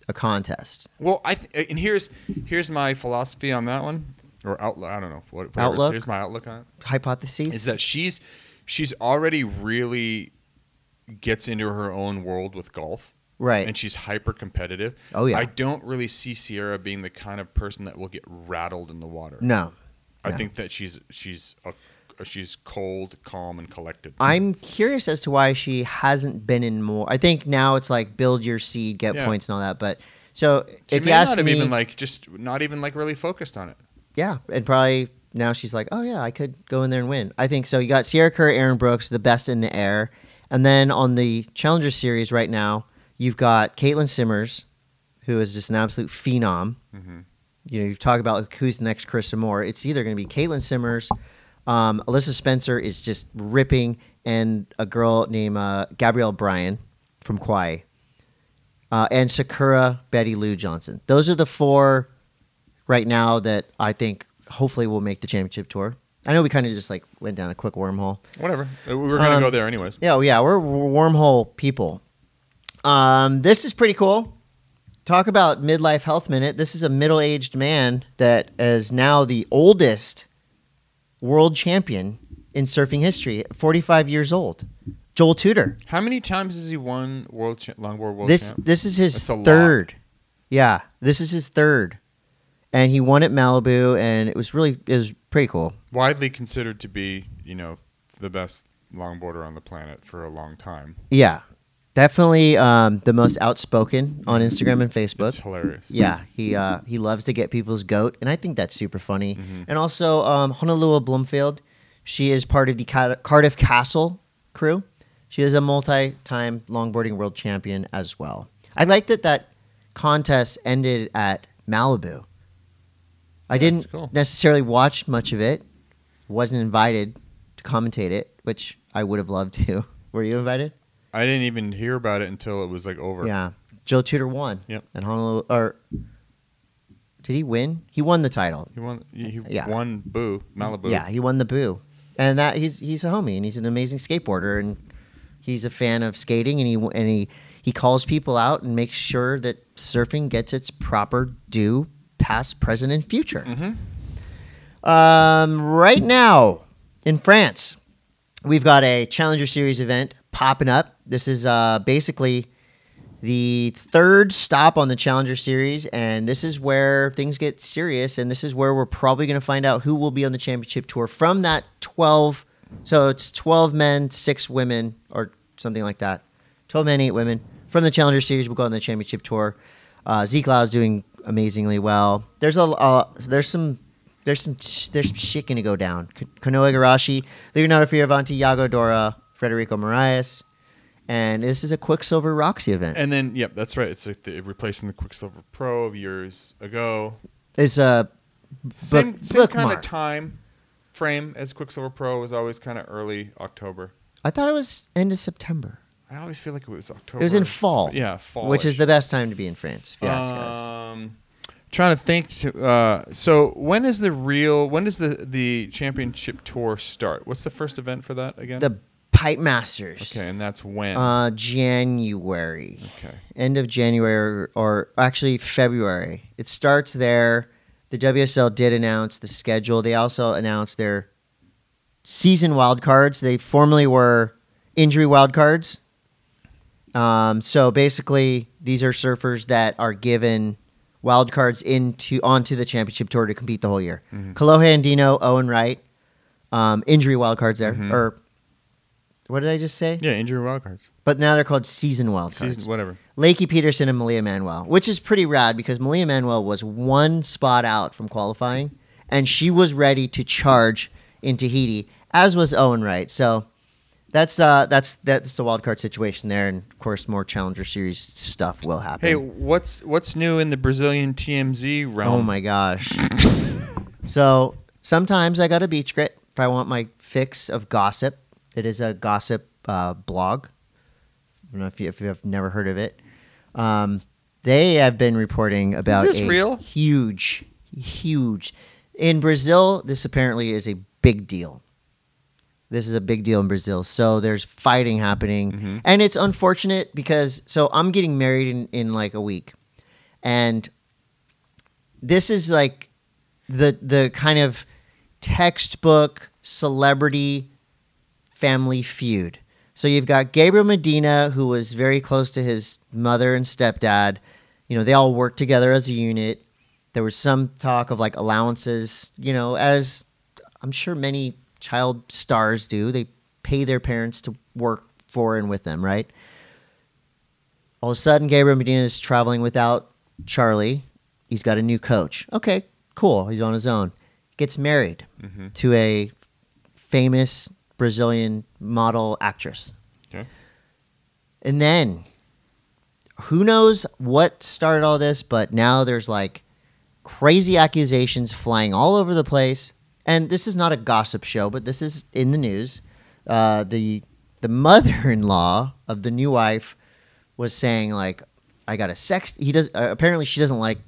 Speaker 1: a contest?
Speaker 2: Well, I th- and here's here's my philosophy on that one or outlook. I don't know what whatever.
Speaker 1: Outlook?
Speaker 2: Here's my outlook on it
Speaker 1: Hypotheses
Speaker 2: is that she's she's already really gets into her own world with golf
Speaker 1: right?
Speaker 2: and she's hyper competitive.
Speaker 1: Oh, yeah.
Speaker 2: I don't really see Sierra being the kind of person that will get rattled in the water.
Speaker 1: no,
Speaker 2: I
Speaker 1: no.
Speaker 2: think that she's she's a, she's cold, calm, and collected.
Speaker 1: I'm curious as to why she hasn't been in more. I think now it's like build your seed, get
Speaker 2: Yeah.
Speaker 1: points, and all that. But so
Speaker 2: she
Speaker 1: if
Speaker 2: may
Speaker 1: you ask
Speaker 2: not have
Speaker 1: me,
Speaker 2: even like just not even like really focused on it.
Speaker 1: yeah, and probably now she's like, oh yeah, I could go in there and win. I think so. You got Sierra Kerr, Aaron Brooks, the best in the air, and then on the Challenger Series right now, you've got Caitlin Simmers, who is just an absolute phenom.
Speaker 2: Mhm.
Speaker 1: You know, you talk about like, who's the next Chris Moore. It's either going to be Caitlin Simmers, um, Alyssa Spencer is just ripping, and a girl named uh, Gabrielle Bryan from Kauai, uh, and Sakura Betty Lou Johnson. Those are the four right now that I think hopefully will make the championship tour. I know we kind of just like went down a quick wormhole.
Speaker 2: Whatever. Uh, We were gonna
Speaker 1: Um,
Speaker 2: go there anyways.
Speaker 1: Yeah, well, yeah, we're wormhole people. Um, this is pretty cool. Talk about midlife health minute. This is a middle-aged man that is now the oldest world champion in surfing history, 45 years old. Joel Tudor.
Speaker 2: How many times has he won world cha- longboard world
Speaker 1: this
Speaker 2: champ?
Speaker 1: this is his
Speaker 2: That's a lot.
Speaker 1: third. Yeah, this is his third. And he won at Malibu and it was really it was pretty cool.
Speaker 2: Widely considered to be you know the best longboarder on the planet for a long time.
Speaker 1: Yeah. Definitely um, the most outspoken on Instagram and Facebook.
Speaker 2: It's hilarious.
Speaker 1: Yeah, he uh, he loves to get people's goat, and I think that's super funny. And also, um, Honolulu Bloomfield, she is part of the Ca- Cardiff Castle crew. She is a multi-time longboarding world champion as well. I like that that contest ended at Malibu. I didn't
Speaker 2: cool.
Speaker 1: necessarily watch much of it. Wasn't invited to commentate it, which I would have loved to. Were you invited?
Speaker 2: I didn't even hear about it until it was like over.
Speaker 1: Yeah. Joe Tudor won.
Speaker 2: Yep.
Speaker 1: And Honolulu or did he win? He won the title.
Speaker 2: He won. He
Speaker 1: Yeah.
Speaker 2: won. Boo Malibu.
Speaker 1: Yeah, he won the boo. And that he's he's a homie and he's an amazing skateboarder and he's a fan of skating and he and he He calls people out and makes sure that surfing gets its proper due, past, present, and future.
Speaker 2: Mm-hmm.
Speaker 1: Um, right now in France, we've got a Challenger Series event popping up. This is uh, basically the third stop on the Challenger Series, and this is where things get serious, and this is where we're probably going to find out who will be on the championship tour from that 12. So it's 12 men, six women, or something like that. 12 men, eight women from the Challenger Series will go on the championship tour. Uh, Zeke Lau is doing amazingly well. There's a uh, there's some there's some sh- there's some shit gonna go down. K- Kanoe Garashi, Leonardo Fioravanti, Yago Dora, Federico Moraes, and this is a Quicksilver Roxy event.
Speaker 2: And then, yep, that's right. It's like the, replacing the Quicksilver Pro of years ago.
Speaker 1: It's a
Speaker 2: Same,
Speaker 1: Book-
Speaker 2: same kind
Speaker 1: bookmark.
Speaker 2: of time frame as Quicksilver Pro was always kind of early October.
Speaker 1: I thought it was end of September.
Speaker 2: I always feel like it was
Speaker 1: It
Speaker 2: October.
Speaker 1: was in fall.
Speaker 2: Yeah, fall.
Speaker 1: Which is the best time to be in France, if you ask us.
Speaker 2: Um, trying to think. To, uh, so when is the real? When does the the championship tour start? What's the first event for that again?
Speaker 1: The Pipe Masters.
Speaker 2: okay, and that's when.
Speaker 1: Uh, January.
Speaker 2: okay.
Speaker 1: End of January or actually February. It starts there. The WSL did announce the schedule. They also announced their season wildcards. They formerly were injury wildcards. Um, so basically, these are surfers that are given wild cards into onto the championship tour to compete the whole year.
Speaker 2: Mhm.
Speaker 1: Kalohe Andino, Owen Wright, um, injury wild cards there,
Speaker 2: Mhm.
Speaker 1: or what did I just say?
Speaker 2: Yeah, injury wildcards.
Speaker 1: But now they're called season wild cards.
Speaker 2: Season, whatever.
Speaker 1: Lakey Peterson and Malia Manuel, which is pretty rad because Malia Manuel was one spot out from qualifying and she was ready to charge in Tahiti, as was Owen Wright. So that's uh that's that's the wild card situation there, and of course more Challenger Series stuff will happen.
Speaker 2: Hey, what's what's new in the Brazilian TMZ realm?
Speaker 1: oh my gosh! so sometimes I got a beach grit if I want my fix of gossip. It is a gossip uh, blog. I don't know if you if you have never heard of it. Um, they have been reporting about
Speaker 2: this
Speaker 1: a
Speaker 2: real?
Speaker 1: huge, huge in Brazil. This apparently is a big deal. This is a big deal in Brazil. So there's fighting happening,
Speaker 2: Mhm.
Speaker 1: and it's unfortunate because so I'm getting married in in like a week, and this is like the the kind of textbook celebrity family feud. So you've got Gabriel Medina, who was very close to his mother and stepdad. You know, they all worked together as a unit. There was some talk of like allowances, you know, as I'm sure many child stars do. They pay their parents to work for and with them, right? All of a sudden, Gabriel Medina is traveling without Charlie. He's got a new coach. Okay, cool. He's on his own. Gets married
Speaker 2: Mhm.
Speaker 1: to a famous Brazilian model actress.
Speaker 2: Okay.
Speaker 1: And then who knows what started all this, but now there's like crazy accusations flying all over the place. And this is not a gossip show, but this is in the news. Uh, the the mother-in-law of the new wife was saying like, "I got a sex." He does uh, apparently she doesn't like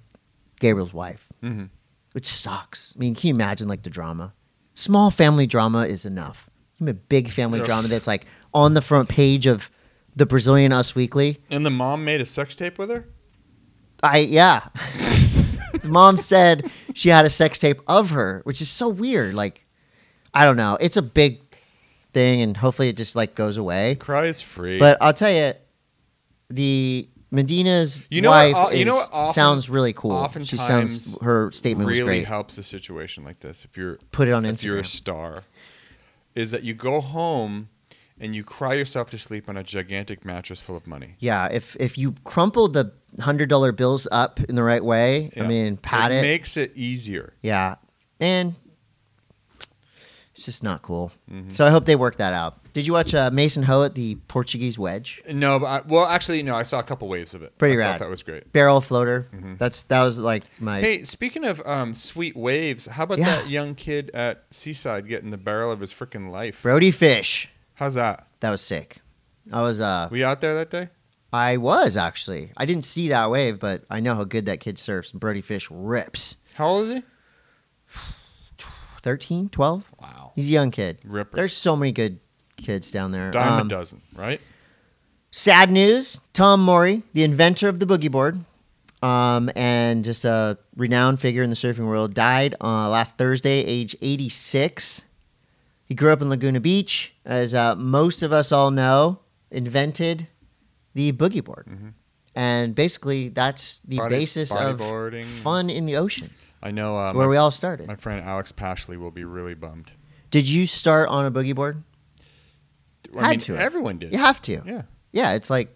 Speaker 1: Gabriel's wife,
Speaker 2: Mhm.
Speaker 1: which sucks. I mean, can you imagine like the drama? Small family drama is enough. Give me a big family
Speaker 2: Ugh.
Speaker 1: drama that's like on the front page of the Brazilian Us Weekly.
Speaker 2: And the mom made a sex tape with her.
Speaker 1: I yeah. the mom said she had a sex tape of her, which is so weird. Like, I don't know. It's a big thing, and hopefully it just like goes away.
Speaker 2: Cry is free.
Speaker 1: But I'll tell you, the Medina's
Speaker 2: You know what
Speaker 1: wife
Speaker 2: al- you know
Speaker 1: is-
Speaker 2: what often-
Speaker 1: sounds really cool. She
Speaker 2: oftentimes
Speaker 1: sounds her statement
Speaker 2: really
Speaker 1: was great.
Speaker 2: helps a situation like this if you're
Speaker 1: Put it on
Speaker 2: if you're a
Speaker 1: Instagram.
Speaker 2: star is that you go home and you cry yourself to sleep on a gigantic mattress full of money
Speaker 1: Yeah, if if you crumple the hundred dollar bills up in the right way, I
Speaker 2: Yeah.
Speaker 1: mean, pat it.
Speaker 2: makes it easier
Speaker 1: Yeah. And it's just not cool.
Speaker 2: Mhm.
Speaker 1: So I hope they work that out. Did you watch uh, Mason Ho at the Portuguese wedge?
Speaker 2: no but I, well actually no i saw a couple waves of it
Speaker 1: Pretty
Speaker 2: I thought
Speaker 1: rad.
Speaker 2: that was great
Speaker 1: Barrel floater.
Speaker 2: Mhm.
Speaker 1: That's that was like my
Speaker 2: hey speaking of um, sweet waves how about
Speaker 1: Yeah.
Speaker 2: that young kid at seaside getting the barrel of his freaking life
Speaker 1: Brody Fish.
Speaker 2: how's that
Speaker 1: That was sick. I was uh
Speaker 2: we out there that day
Speaker 1: I was actually. I didn't see that wave, but I know how good that kid surfs. Brody Fish rips.
Speaker 2: how old is he
Speaker 1: 13, 12?
Speaker 2: wow
Speaker 1: He's a young kid.
Speaker 2: ripper
Speaker 1: There's so many good kids down there.
Speaker 2: dime
Speaker 1: Um,
Speaker 2: a dozen right
Speaker 1: Sad news Tom Mori, the inventor of the boogie board um, and just a renowned figure in the surfing world, died uh, last Thursday, age 86. He grew up in Laguna Beach, as uh, most of us all know, invented the boogie board.
Speaker 2: Mhm.
Speaker 1: And basically, that's the
Speaker 2: Body-
Speaker 1: basis
Speaker 2: bodyboarding.
Speaker 1: of fun in the ocean,
Speaker 2: I know uh,
Speaker 1: where
Speaker 2: my,
Speaker 1: we all started.
Speaker 2: my friend Alex Pashley will be really bummed.
Speaker 1: Did you start on a boogie board?
Speaker 2: I
Speaker 1: Had
Speaker 2: mean,
Speaker 1: to.
Speaker 2: everyone did.
Speaker 1: You have to.
Speaker 2: Yeah.
Speaker 1: Yeah, it's like,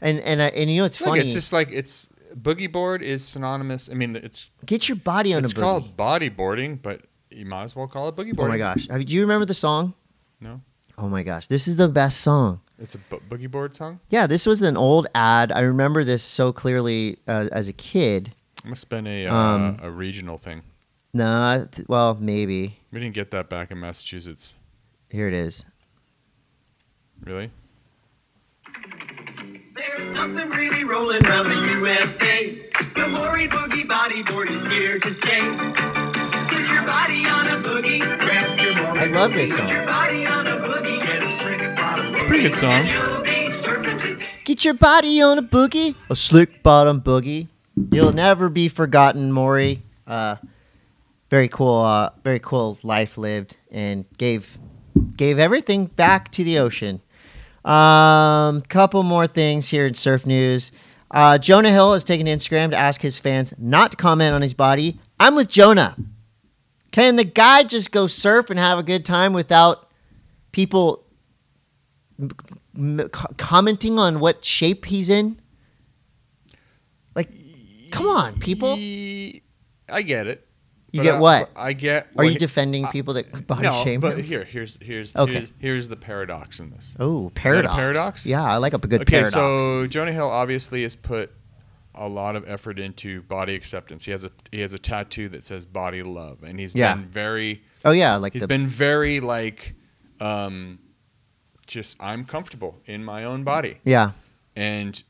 Speaker 1: and and I- and you know it's
Speaker 2: Look,
Speaker 1: funny.
Speaker 2: it's just like it's boogie board is synonymous. I mean, it's
Speaker 1: Get your body on
Speaker 2: it's
Speaker 1: a boogie.
Speaker 2: called bodyboarding, but you might as well call it boogie boarding.
Speaker 1: oh my gosh, Have- do you remember the song?
Speaker 2: No.
Speaker 1: Oh my gosh, this is the best song.
Speaker 2: It's a bu- boogie board song.
Speaker 1: Yeah, this was an old ad. I remember this so clearly uh, as a kid.
Speaker 2: It must have been a uh,
Speaker 1: Um,
Speaker 2: a regional thing.
Speaker 1: Nah, th- well maybe
Speaker 2: We didn't get that back in Massachusetts.
Speaker 1: here it is.
Speaker 2: Really?
Speaker 3: There's something really rolling around the USA. The Maury Boogie Bodyboard is here to stay. Put your body on a boogie. Grab your Maury
Speaker 1: I love
Speaker 3: boogie.
Speaker 1: this
Speaker 3: Put your
Speaker 1: song.
Speaker 3: body on a boogie. Get a slick bottom. It's
Speaker 2: a pretty good song.
Speaker 3: You'll be surfing today.
Speaker 1: Get your body on a boogie, a slick bottom boogie. You'll never be forgotten, Maury. Uh, very cool, uh, very cool life lived, and gave gave everything back to the ocean. Um, couple more things here in surf news. Uh, Jonah Hill has taken to Instagram to ask his fans not to comment on his body. I'm with Jonah. Can the guy just go surf and have a good time without people m- m- co- commenting on what shape he's in? Like, come on, people.
Speaker 2: Ye- I get it.
Speaker 1: You
Speaker 2: But
Speaker 1: get
Speaker 2: I-
Speaker 1: what?
Speaker 2: I get.
Speaker 1: Are you
Speaker 2: what-
Speaker 1: defending people that body
Speaker 2: no,
Speaker 1: shame
Speaker 2: but
Speaker 1: him?
Speaker 2: here, here's here's,
Speaker 1: Okay.
Speaker 2: here's here's the paradox in this.
Speaker 1: Oh, paradox.
Speaker 2: paradox?
Speaker 1: Yeah, I like a good
Speaker 2: okay,
Speaker 1: paradox.
Speaker 2: so Jonah Hill obviously has put a lot of effort into body acceptance. He has a he has a tattoo that says body love, and he's
Speaker 1: Yeah.
Speaker 2: been very
Speaker 1: oh yeah, like
Speaker 2: he's
Speaker 1: the
Speaker 2: been very like, um, just I'm comfortable in my own body.
Speaker 1: yeah.
Speaker 2: and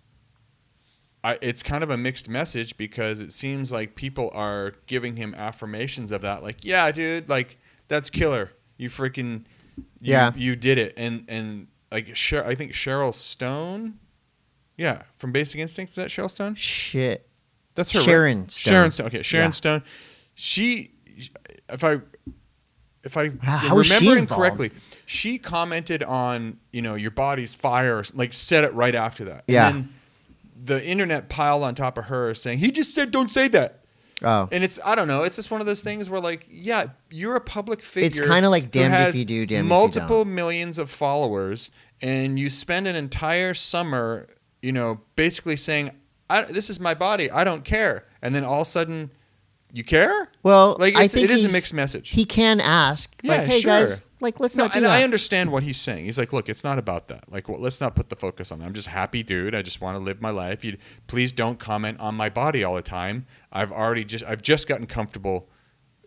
Speaker 2: I, it's kind of a mixed message because it seems like people are giving him affirmations of that like yeah dude like that's killer you freaking you,
Speaker 1: Yeah.
Speaker 2: you did it and and like Cher- i think cheryl stone yeah from basic instinct is that cheryl stone
Speaker 1: Shit.
Speaker 2: that's her. right?
Speaker 1: Sharon Stone.
Speaker 2: Sharon Stone. Okay, Sharon
Speaker 1: Yeah.
Speaker 2: Stone. She, if I, if I
Speaker 1: How was she
Speaker 2: remembering
Speaker 1: involved?
Speaker 2: correctly, she commented on you know your body's fire, like said it right after that.
Speaker 1: Yeah.
Speaker 2: And then the internet piled on top of her saying he just said don't say that,
Speaker 1: Oh,
Speaker 2: and it's I don't know. It's just one of those things where like yeah, you're a public figure.
Speaker 1: It's kinda like
Speaker 2: who
Speaker 1: damned if
Speaker 2: has
Speaker 1: you do, damned if you
Speaker 2: multiple millions of followers, and you spend an entire summer, you know, basically saying, I, "This is my body. I don't care," and then all of a sudden, you care.
Speaker 1: well,
Speaker 2: Like
Speaker 1: I
Speaker 2: it's,
Speaker 1: think
Speaker 2: it is a
Speaker 1: he's-
Speaker 2: mixed message.
Speaker 1: He can ask,
Speaker 2: Yeah,
Speaker 1: like, hey
Speaker 2: sure.
Speaker 1: guys, like, let's
Speaker 2: no,
Speaker 1: not do
Speaker 2: and
Speaker 1: that.
Speaker 2: I understand what he's saying. He's like, "Look, it's not about that. Like, well, let's not put the focus on. That. I'm just happy, dude. I just want to live my life. You please don't comment on my body all the time. I've already just I've just gotten comfortable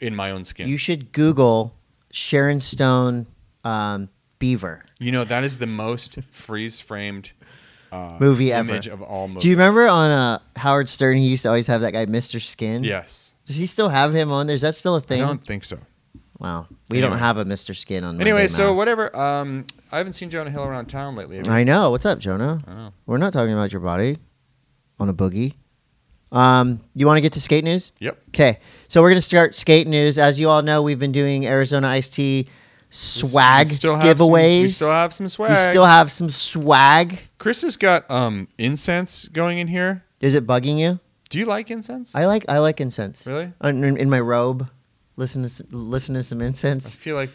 Speaker 2: in my own skin.
Speaker 1: You
Speaker 2: You,
Speaker 1: should Google Sharon Stone um, Beaver
Speaker 2: know that is the most freeze framed uh,
Speaker 1: movie ever.
Speaker 2: image of all movies.
Speaker 1: Do you remember on uh, Howard Stern? He used to always have that guy, Mr. Skin.
Speaker 2: Yes,
Speaker 1: Does he still have him on there? Is that still a
Speaker 2: I
Speaker 1: thing?
Speaker 2: don't think so.
Speaker 1: Wow. We don't
Speaker 2: Anyway.
Speaker 1: have a Mr. Skin on Monday
Speaker 2: Anyway, so
Speaker 1: Mouse.
Speaker 2: whatever. Um, I haven't seen Jonah Hill around town lately. Have you?
Speaker 1: I know. What's up, Jonah?
Speaker 2: Oh.
Speaker 1: We're not talking about your body on a boogie. Um, you want to get to skate news?
Speaker 2: Yep.
Speaker 1: Okay. So we're going to start skate news. As you all know, we've been doing Arizona Iced Tea swag
Speaker 2: We still have some-
Speaker 1: giveaways.
Speaker 2: we still have some swag.
Speaker 1: We still have some swag.
Speaker 2: Chris has got um incense going in here.
Speaker 1: Is it bugging you?
Speaker 2: Do you like incense?
Speaker 1: I like I like incense. Uh,
Speaker 2: Really?
Speaker 1: In, in- in my robe, listen to s- listen to some
Speaker 2: I
Speaker 1: incense. Do
Speaker 2: feel like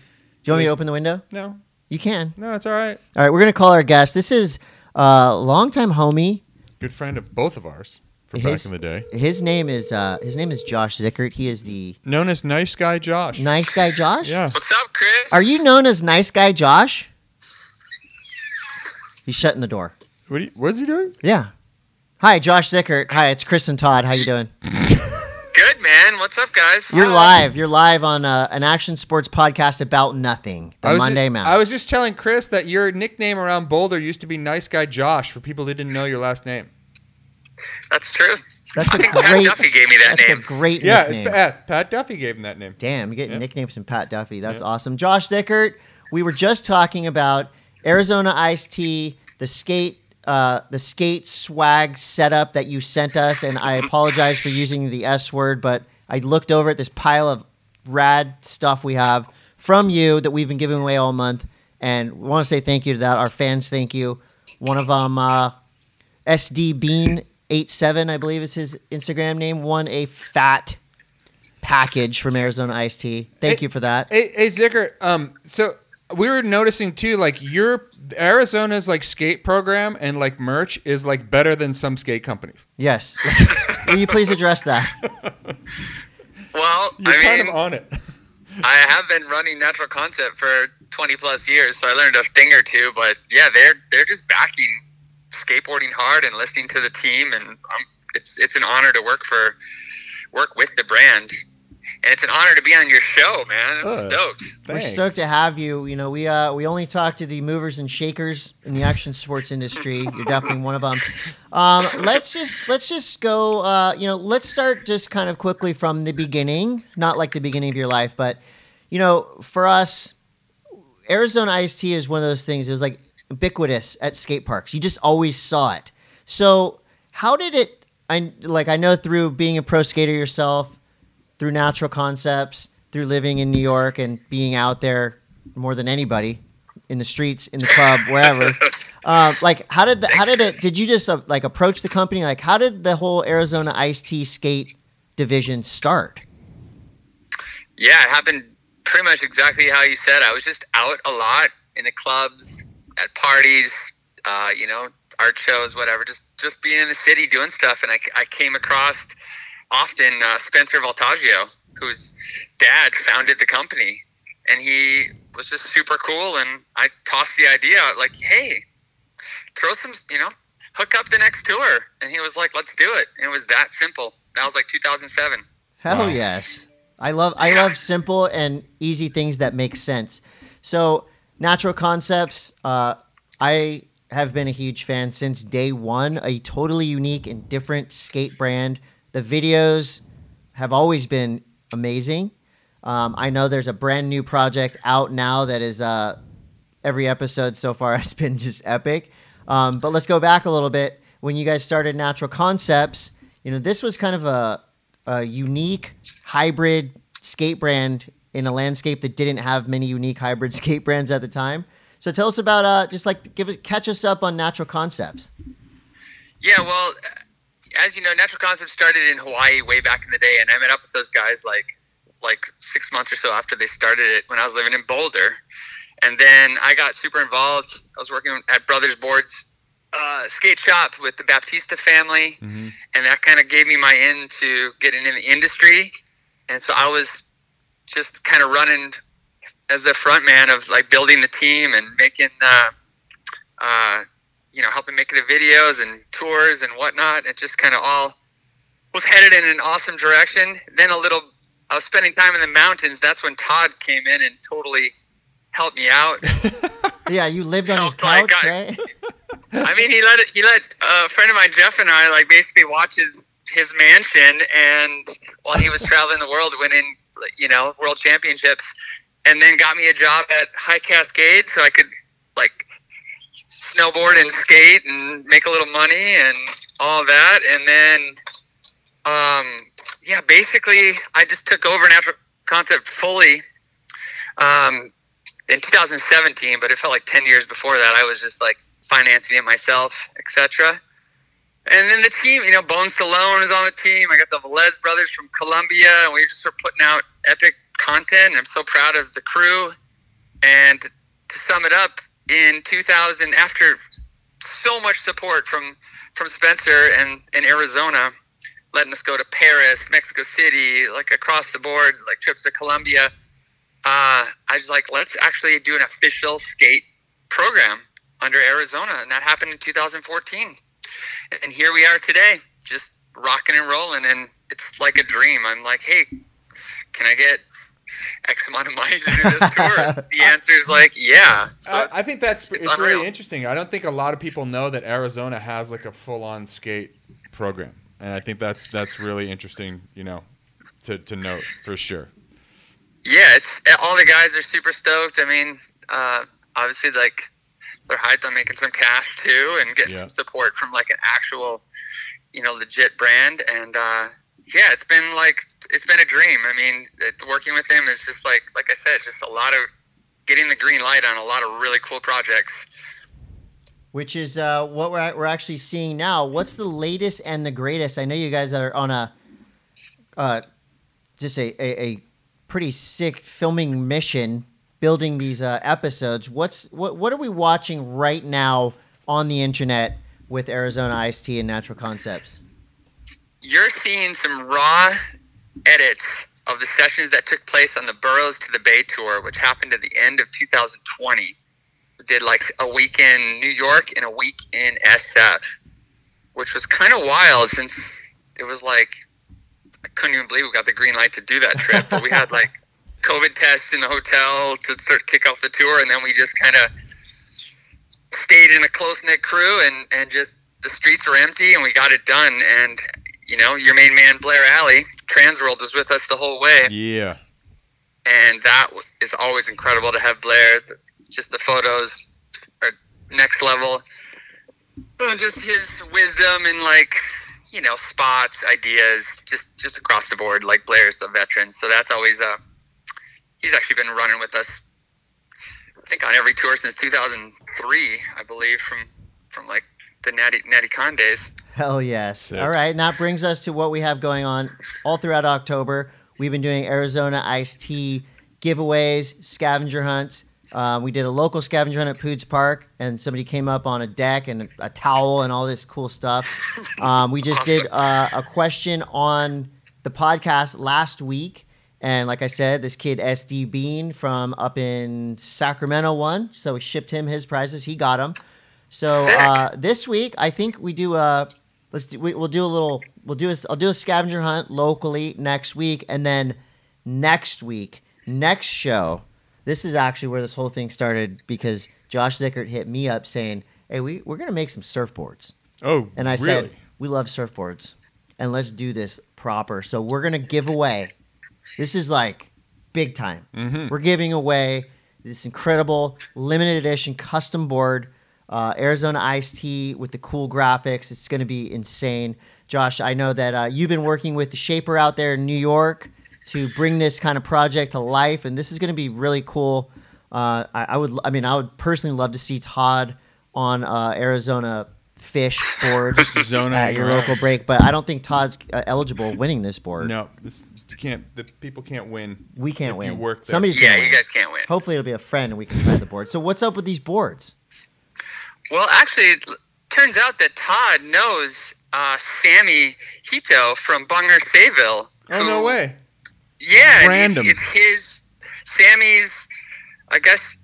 Speaker 1: you want me to open the window?
Speaker 2: no,
Speaker 1: You can.
Speaker 2: no, it's all right.
Speaker 1: All right, we're gonna call our guest. This is a uh, longtime homie.
Speaker 2: Good friend of both of ours from
Speaker 1: His-
Speaker 2: back in the day,
Speaker 1: His name is uh, his name is Josh Zickert. He is the
Speaker 2: known as Nice Guy Josh.
Speaker 1: nice guy Josh.
Speaker 2: Yeah,
Speaker 4: What's up, Chris?
Speaker 1: Are you known as nice guy Josh? He's shutting the door.
Speaker 2: what, do you- what is he doing?
Speaker 1: Yeah. Hi, Josh Zickert. Hi, it's Chris and Todd. How you doing?
Speaker 4: Good, man. What's up, guys?
Speaker 1: You're live. You're live on uh, an action sports podcast about nothing. The
Speaker 2: I was
Speaker 1: Monday
Speaker 2: just,
Speaker 1: Mouse.
Speaker 2: I was just telling Chris that your nickname around Boulder used to be Nice Guy Josh for people who didn't know your last name.
Speaker 4: That's true.
Speaker 1: That's a
Speaker 4: I think
Speaker 1: great-
Speaker 4: Pat Duffy gave me that
Speaker 1: That's
Speaker 4: name.
Speaker 1: a great
Speaker 2: Yeah,
Speaker 1: nickname.
Speaker 2: it's Pat. Pat Duffy gave him that name.
Speaker 1: Damn, you're getting
Speaker 2: Yeah.
Speaker 1: nicknames from Pat Duffy. That's
Speaker 2: Yeah.
Speaker 1: awesome. Josh Dickert, we were just talking about Arizona Ice Tea, the skate uh, the skate swag setup that you sent us, and I apologize for using the S word, but I looked over at this pile of rad stuff we have from you that we've been giving away all month, and we want to say thank you to that. Our fans, thank you. One of them, uh, SD Bean 87, I believe is his Instagram name, won a fat package from Arizona Iced Tea. Thank
Speaker 5: Hey-
Speaker 1: you for that.
Speaker 5: Hey, hey Zicker. Um, so we were noticing too, like your Arizona's like skate program and like merch is like better than some skate companies.
Speaker 1: Yes. Will you please address that?
Speaker 4: Well,
Speaker 5: You're
Speaker 4: I
Speaker 5: kind
Speaker 4: mean,
Speaker 5: of on it.
Speaker 4: I have been running Natural Concept for 20 plus years, so I learned a thing or two. But yeah, they're they're just backing skateboarding hard and listening to the team, and um, it's it's an honor to work for work with the brand, and it's an honor to be on your show, man. I'm
Speaker 2: Oh.
Speaker 4: stoked.
Speaker 1: We're stoked to have you. You know, we uh, we only talk to the movers and shakers in the action sports industry. You're definitely one of them. Um, let's just let's just go. Uh, you know, let's start just kind of quickly from the beginning. Not like the beginning of your life, but you know, for us, Arizona iced tea is one of those things. It was like ubiquitous at skate parks. You just always saw it. So, how did it? I like I know through being a pro skater yourself, through natural concepts, through living in New York and being out there more than anybody in the streets, in the club, wherever. Uh, like, how did the, how did it? Did you just uh, like approach the company? Like, how did the whole Arizona Iced Tea skate division start?
Speaker 4: Yeah, it happened pretty much exactly how you said. I was just out a lot in the clubs, at parties, uh, you know, art shows, whatever. Just just being in the city doing stuff, and I, I came across often uh, Spencer Voltaggio, whose dad founded the company, and he was just super cool. And I tossed the idea out, like, hey, throw some, you know, hook up the next tour, and he was like, let's do it. And it was that simple. That was like 2007.
Speaker 1: Hell
Speaker 2: Wow.
Speaker 1: yes. I love I love simple and easy things that make sense. So natural concepts. Uh, I have been a huge fan since day one. A totally unique and different skate brand. The videos have always been amazing. Um, I know there's a brand new project out now that is uh, every episode so far has been just epic. Um, but let's go back a little bit. When you guys started Natural Concepts, you know this was kind of a, a unique hybrid skate brand in a landscape that didn't have many unique hybrid skate brands at the time. So tell us about uh, just like give it, catch us up on Natural Concepts.
Speaker 4: Yeah, well, uh, as you know, Natural Concepts started in Hawaii way back in the day, and I met up with those guys like like six months or so after they started it when I was living in Boulder. And then I got super involved. I was working at Brothers Boards uh, skate shop with the Baptista family,
Speaker 2: Mhm.
Speaker 4: and that kind of gave me my in to getting in the industry. And so I was just kind of running as the front man of like building the team and making uh, uh, you know, helping make the videos and tours and whatnot. It just kind of all was headed in an awesome direction. Then a little, I was spending time in the mountains. That's when Todd came in and totally helped me out.
Speaker 2: Mm-hmm.
Speaker 1: Yeah, you lived on his
Speaker 4: Oh my
Speaker 1: couch,
Speaker 4: God.
Speaker 1: right?
Speaker 4: I mean, he let it, he let uh, a friend of mine, Jeff, and I like basically watch his his mansion, and while he was traveling the world, winning you know world championships, and then got me a job at High Cascade, so I could like snowboard and skate and make a little money and all that, and then um, yeah, basically I just took over Natural Concept fully. Um, in 2017, but it felt like 10 years before that. I was just like financing it myself, etc. And then the team, you know, Bone Stallone is on the team. I got the Velez brothers from Colombia, and we just were putting out epic content. And I'm so proud of the crew. And to sum it up, in 2000, after so much support from from Spencer and in Arizona, letting us go to Paris, Mexico City, like across the board, like trips to Colombia uh, I was like, let's actually do an official skate program under Arizona. And that happened in 2014. And here we are today, just rocking and rolling. And it's like a dream. I'm like, hey, can I get X amount of money to do this tour? the answer is like, yeah. So
Speaker 5: I,
Speaker 4: it's-
Speaker 5: I think that's it's,
Speaker 4: it's
Speaker 5: really
Speaker 4: unreal.
Speaker 5: interesting. I don't think a lot of people know that Arizona has like a full on skate
Speaker 2: program, and I think that's that's really interesting. You know, to to note for sure.
Speaker 4: yeah, it's all the guys are super stoked. I mean, uh, obviously, like their height on making some cash too and getting
Speaker 2: Yeah.
Speaker 4: some support from like an actual, you know, legit brand. And uh, yeah, it's been like it's been a dream. I mean, it, working with him is just like like I said, it's just a lot of getting the green light on a lot of really cool projects.
Speaker 1: which is uh, what we're, we're actually seeing now. What's the latest and the greatest? I know you guys are on a uh, just a, a, a pretty sick filming mission, building these uh, episodes. What's what what are we watching right now on the internet with Arizona Iced Tea and Natural Concepts?
Speaker 4: You're seeing some raw edits of the sessions that took place on the Burrows to the Bay tour, which happened at the end of 2020. We did like a week in New York and a week in SF, which was kind of wild since it was like I couldn't even believe we got the green light to do that trip, but we had like COVID tests in the hotel to start kick off the tour, and then we just kind of stayed in a close knit crew and and just the streets were empty and we got it done and you know your main man Blair Alley Transworld was with us the whole way
Speaker 2: Yeah.
Speaker 4: and that w- is always incredible to have Blair. Th- Just the photos are next level. Uh, Just his wisdom and like you know spots, ideas, just just across the board. Like Blair's a veteran, so that's always uh he's actually been running with us. I think on every tour since 2003, I believe from from like the Natty Natty Con days.
Speaker 1: Hell yes.
Speaker 2: Sick.
Speaker 1: All right. And that brings us to what we have going on all throughout October. We've been doing Arizona iced tea giveaways, scavenger hunts. Uh, we did a local scavenger hunt at Poods Park, and somebody came up on a deck and a, towel and all this cool stuff. Um, we just did uh, a question on the podcast last week. And like I said, this kid SD Bean from up in Sacramento won. So we shipped him his prizes. He got them. So uh, this week, I think we do a let's do, we, we'll do a little we'll do a, I'll do a scavenger hunt locally next week, and then next week, next show. This is actually where this whole thing started because Josh Zickert hit me up saying, "Hey, we we're gonna make some surfboards,"
Speaker 2: Oh,
Speaker 1: and I
Speaker 2: really?
Speaker 1: said, "We love surfboards, and let's do this proper." So we're gonna give away. This is like big time.
Speaker 5: Mm-hmm.
Speaker 2: Mhm.
Speaker 1: We're giving away this incredible limited edition custom board, uh, Arizona iced tea with the cool graphics. It's going to be insane. Josh, I know that uh, you've been working with the shaper out there in New York to bring this kind of project to life, and this is going to be really cool. Uh, I, I would, I mean, I would personally love to see Todd on uh, Arizona fish boards
Speaker 2: Zona
Speaker 1: at your
Speaker 2: you're
Speaker 1: local break, but I don't think Todd's uh, eligible winning this board.
Speaker 2: No, it's, you can't. The people can't win.
Speaker 1: we can't
Speaker 2: if
Speaker 1: win.
Speaker 2: You work there.
Speaker 1: Somebody's
Speaker 4: Yeah,
Speaker 1: gonna
Speaker 4: you
Speaker 1: win.
Speaker 4: guys can't win.
Speaker 1: Hopefully, it'll be a friend and we can try the board. So, what's up with these boards?
Speaker 4: Well, actually, it l- turns out that Todd knows uh, Sammy Hito from Bunger Sayville.
Speaker 5: Oh no
Speaker 4: who-
Speaker 5: way.
Speaker 4: Yeah, and
Speaker 5: Random.
Speaker 4: it's, it's his Sammy's. I guess.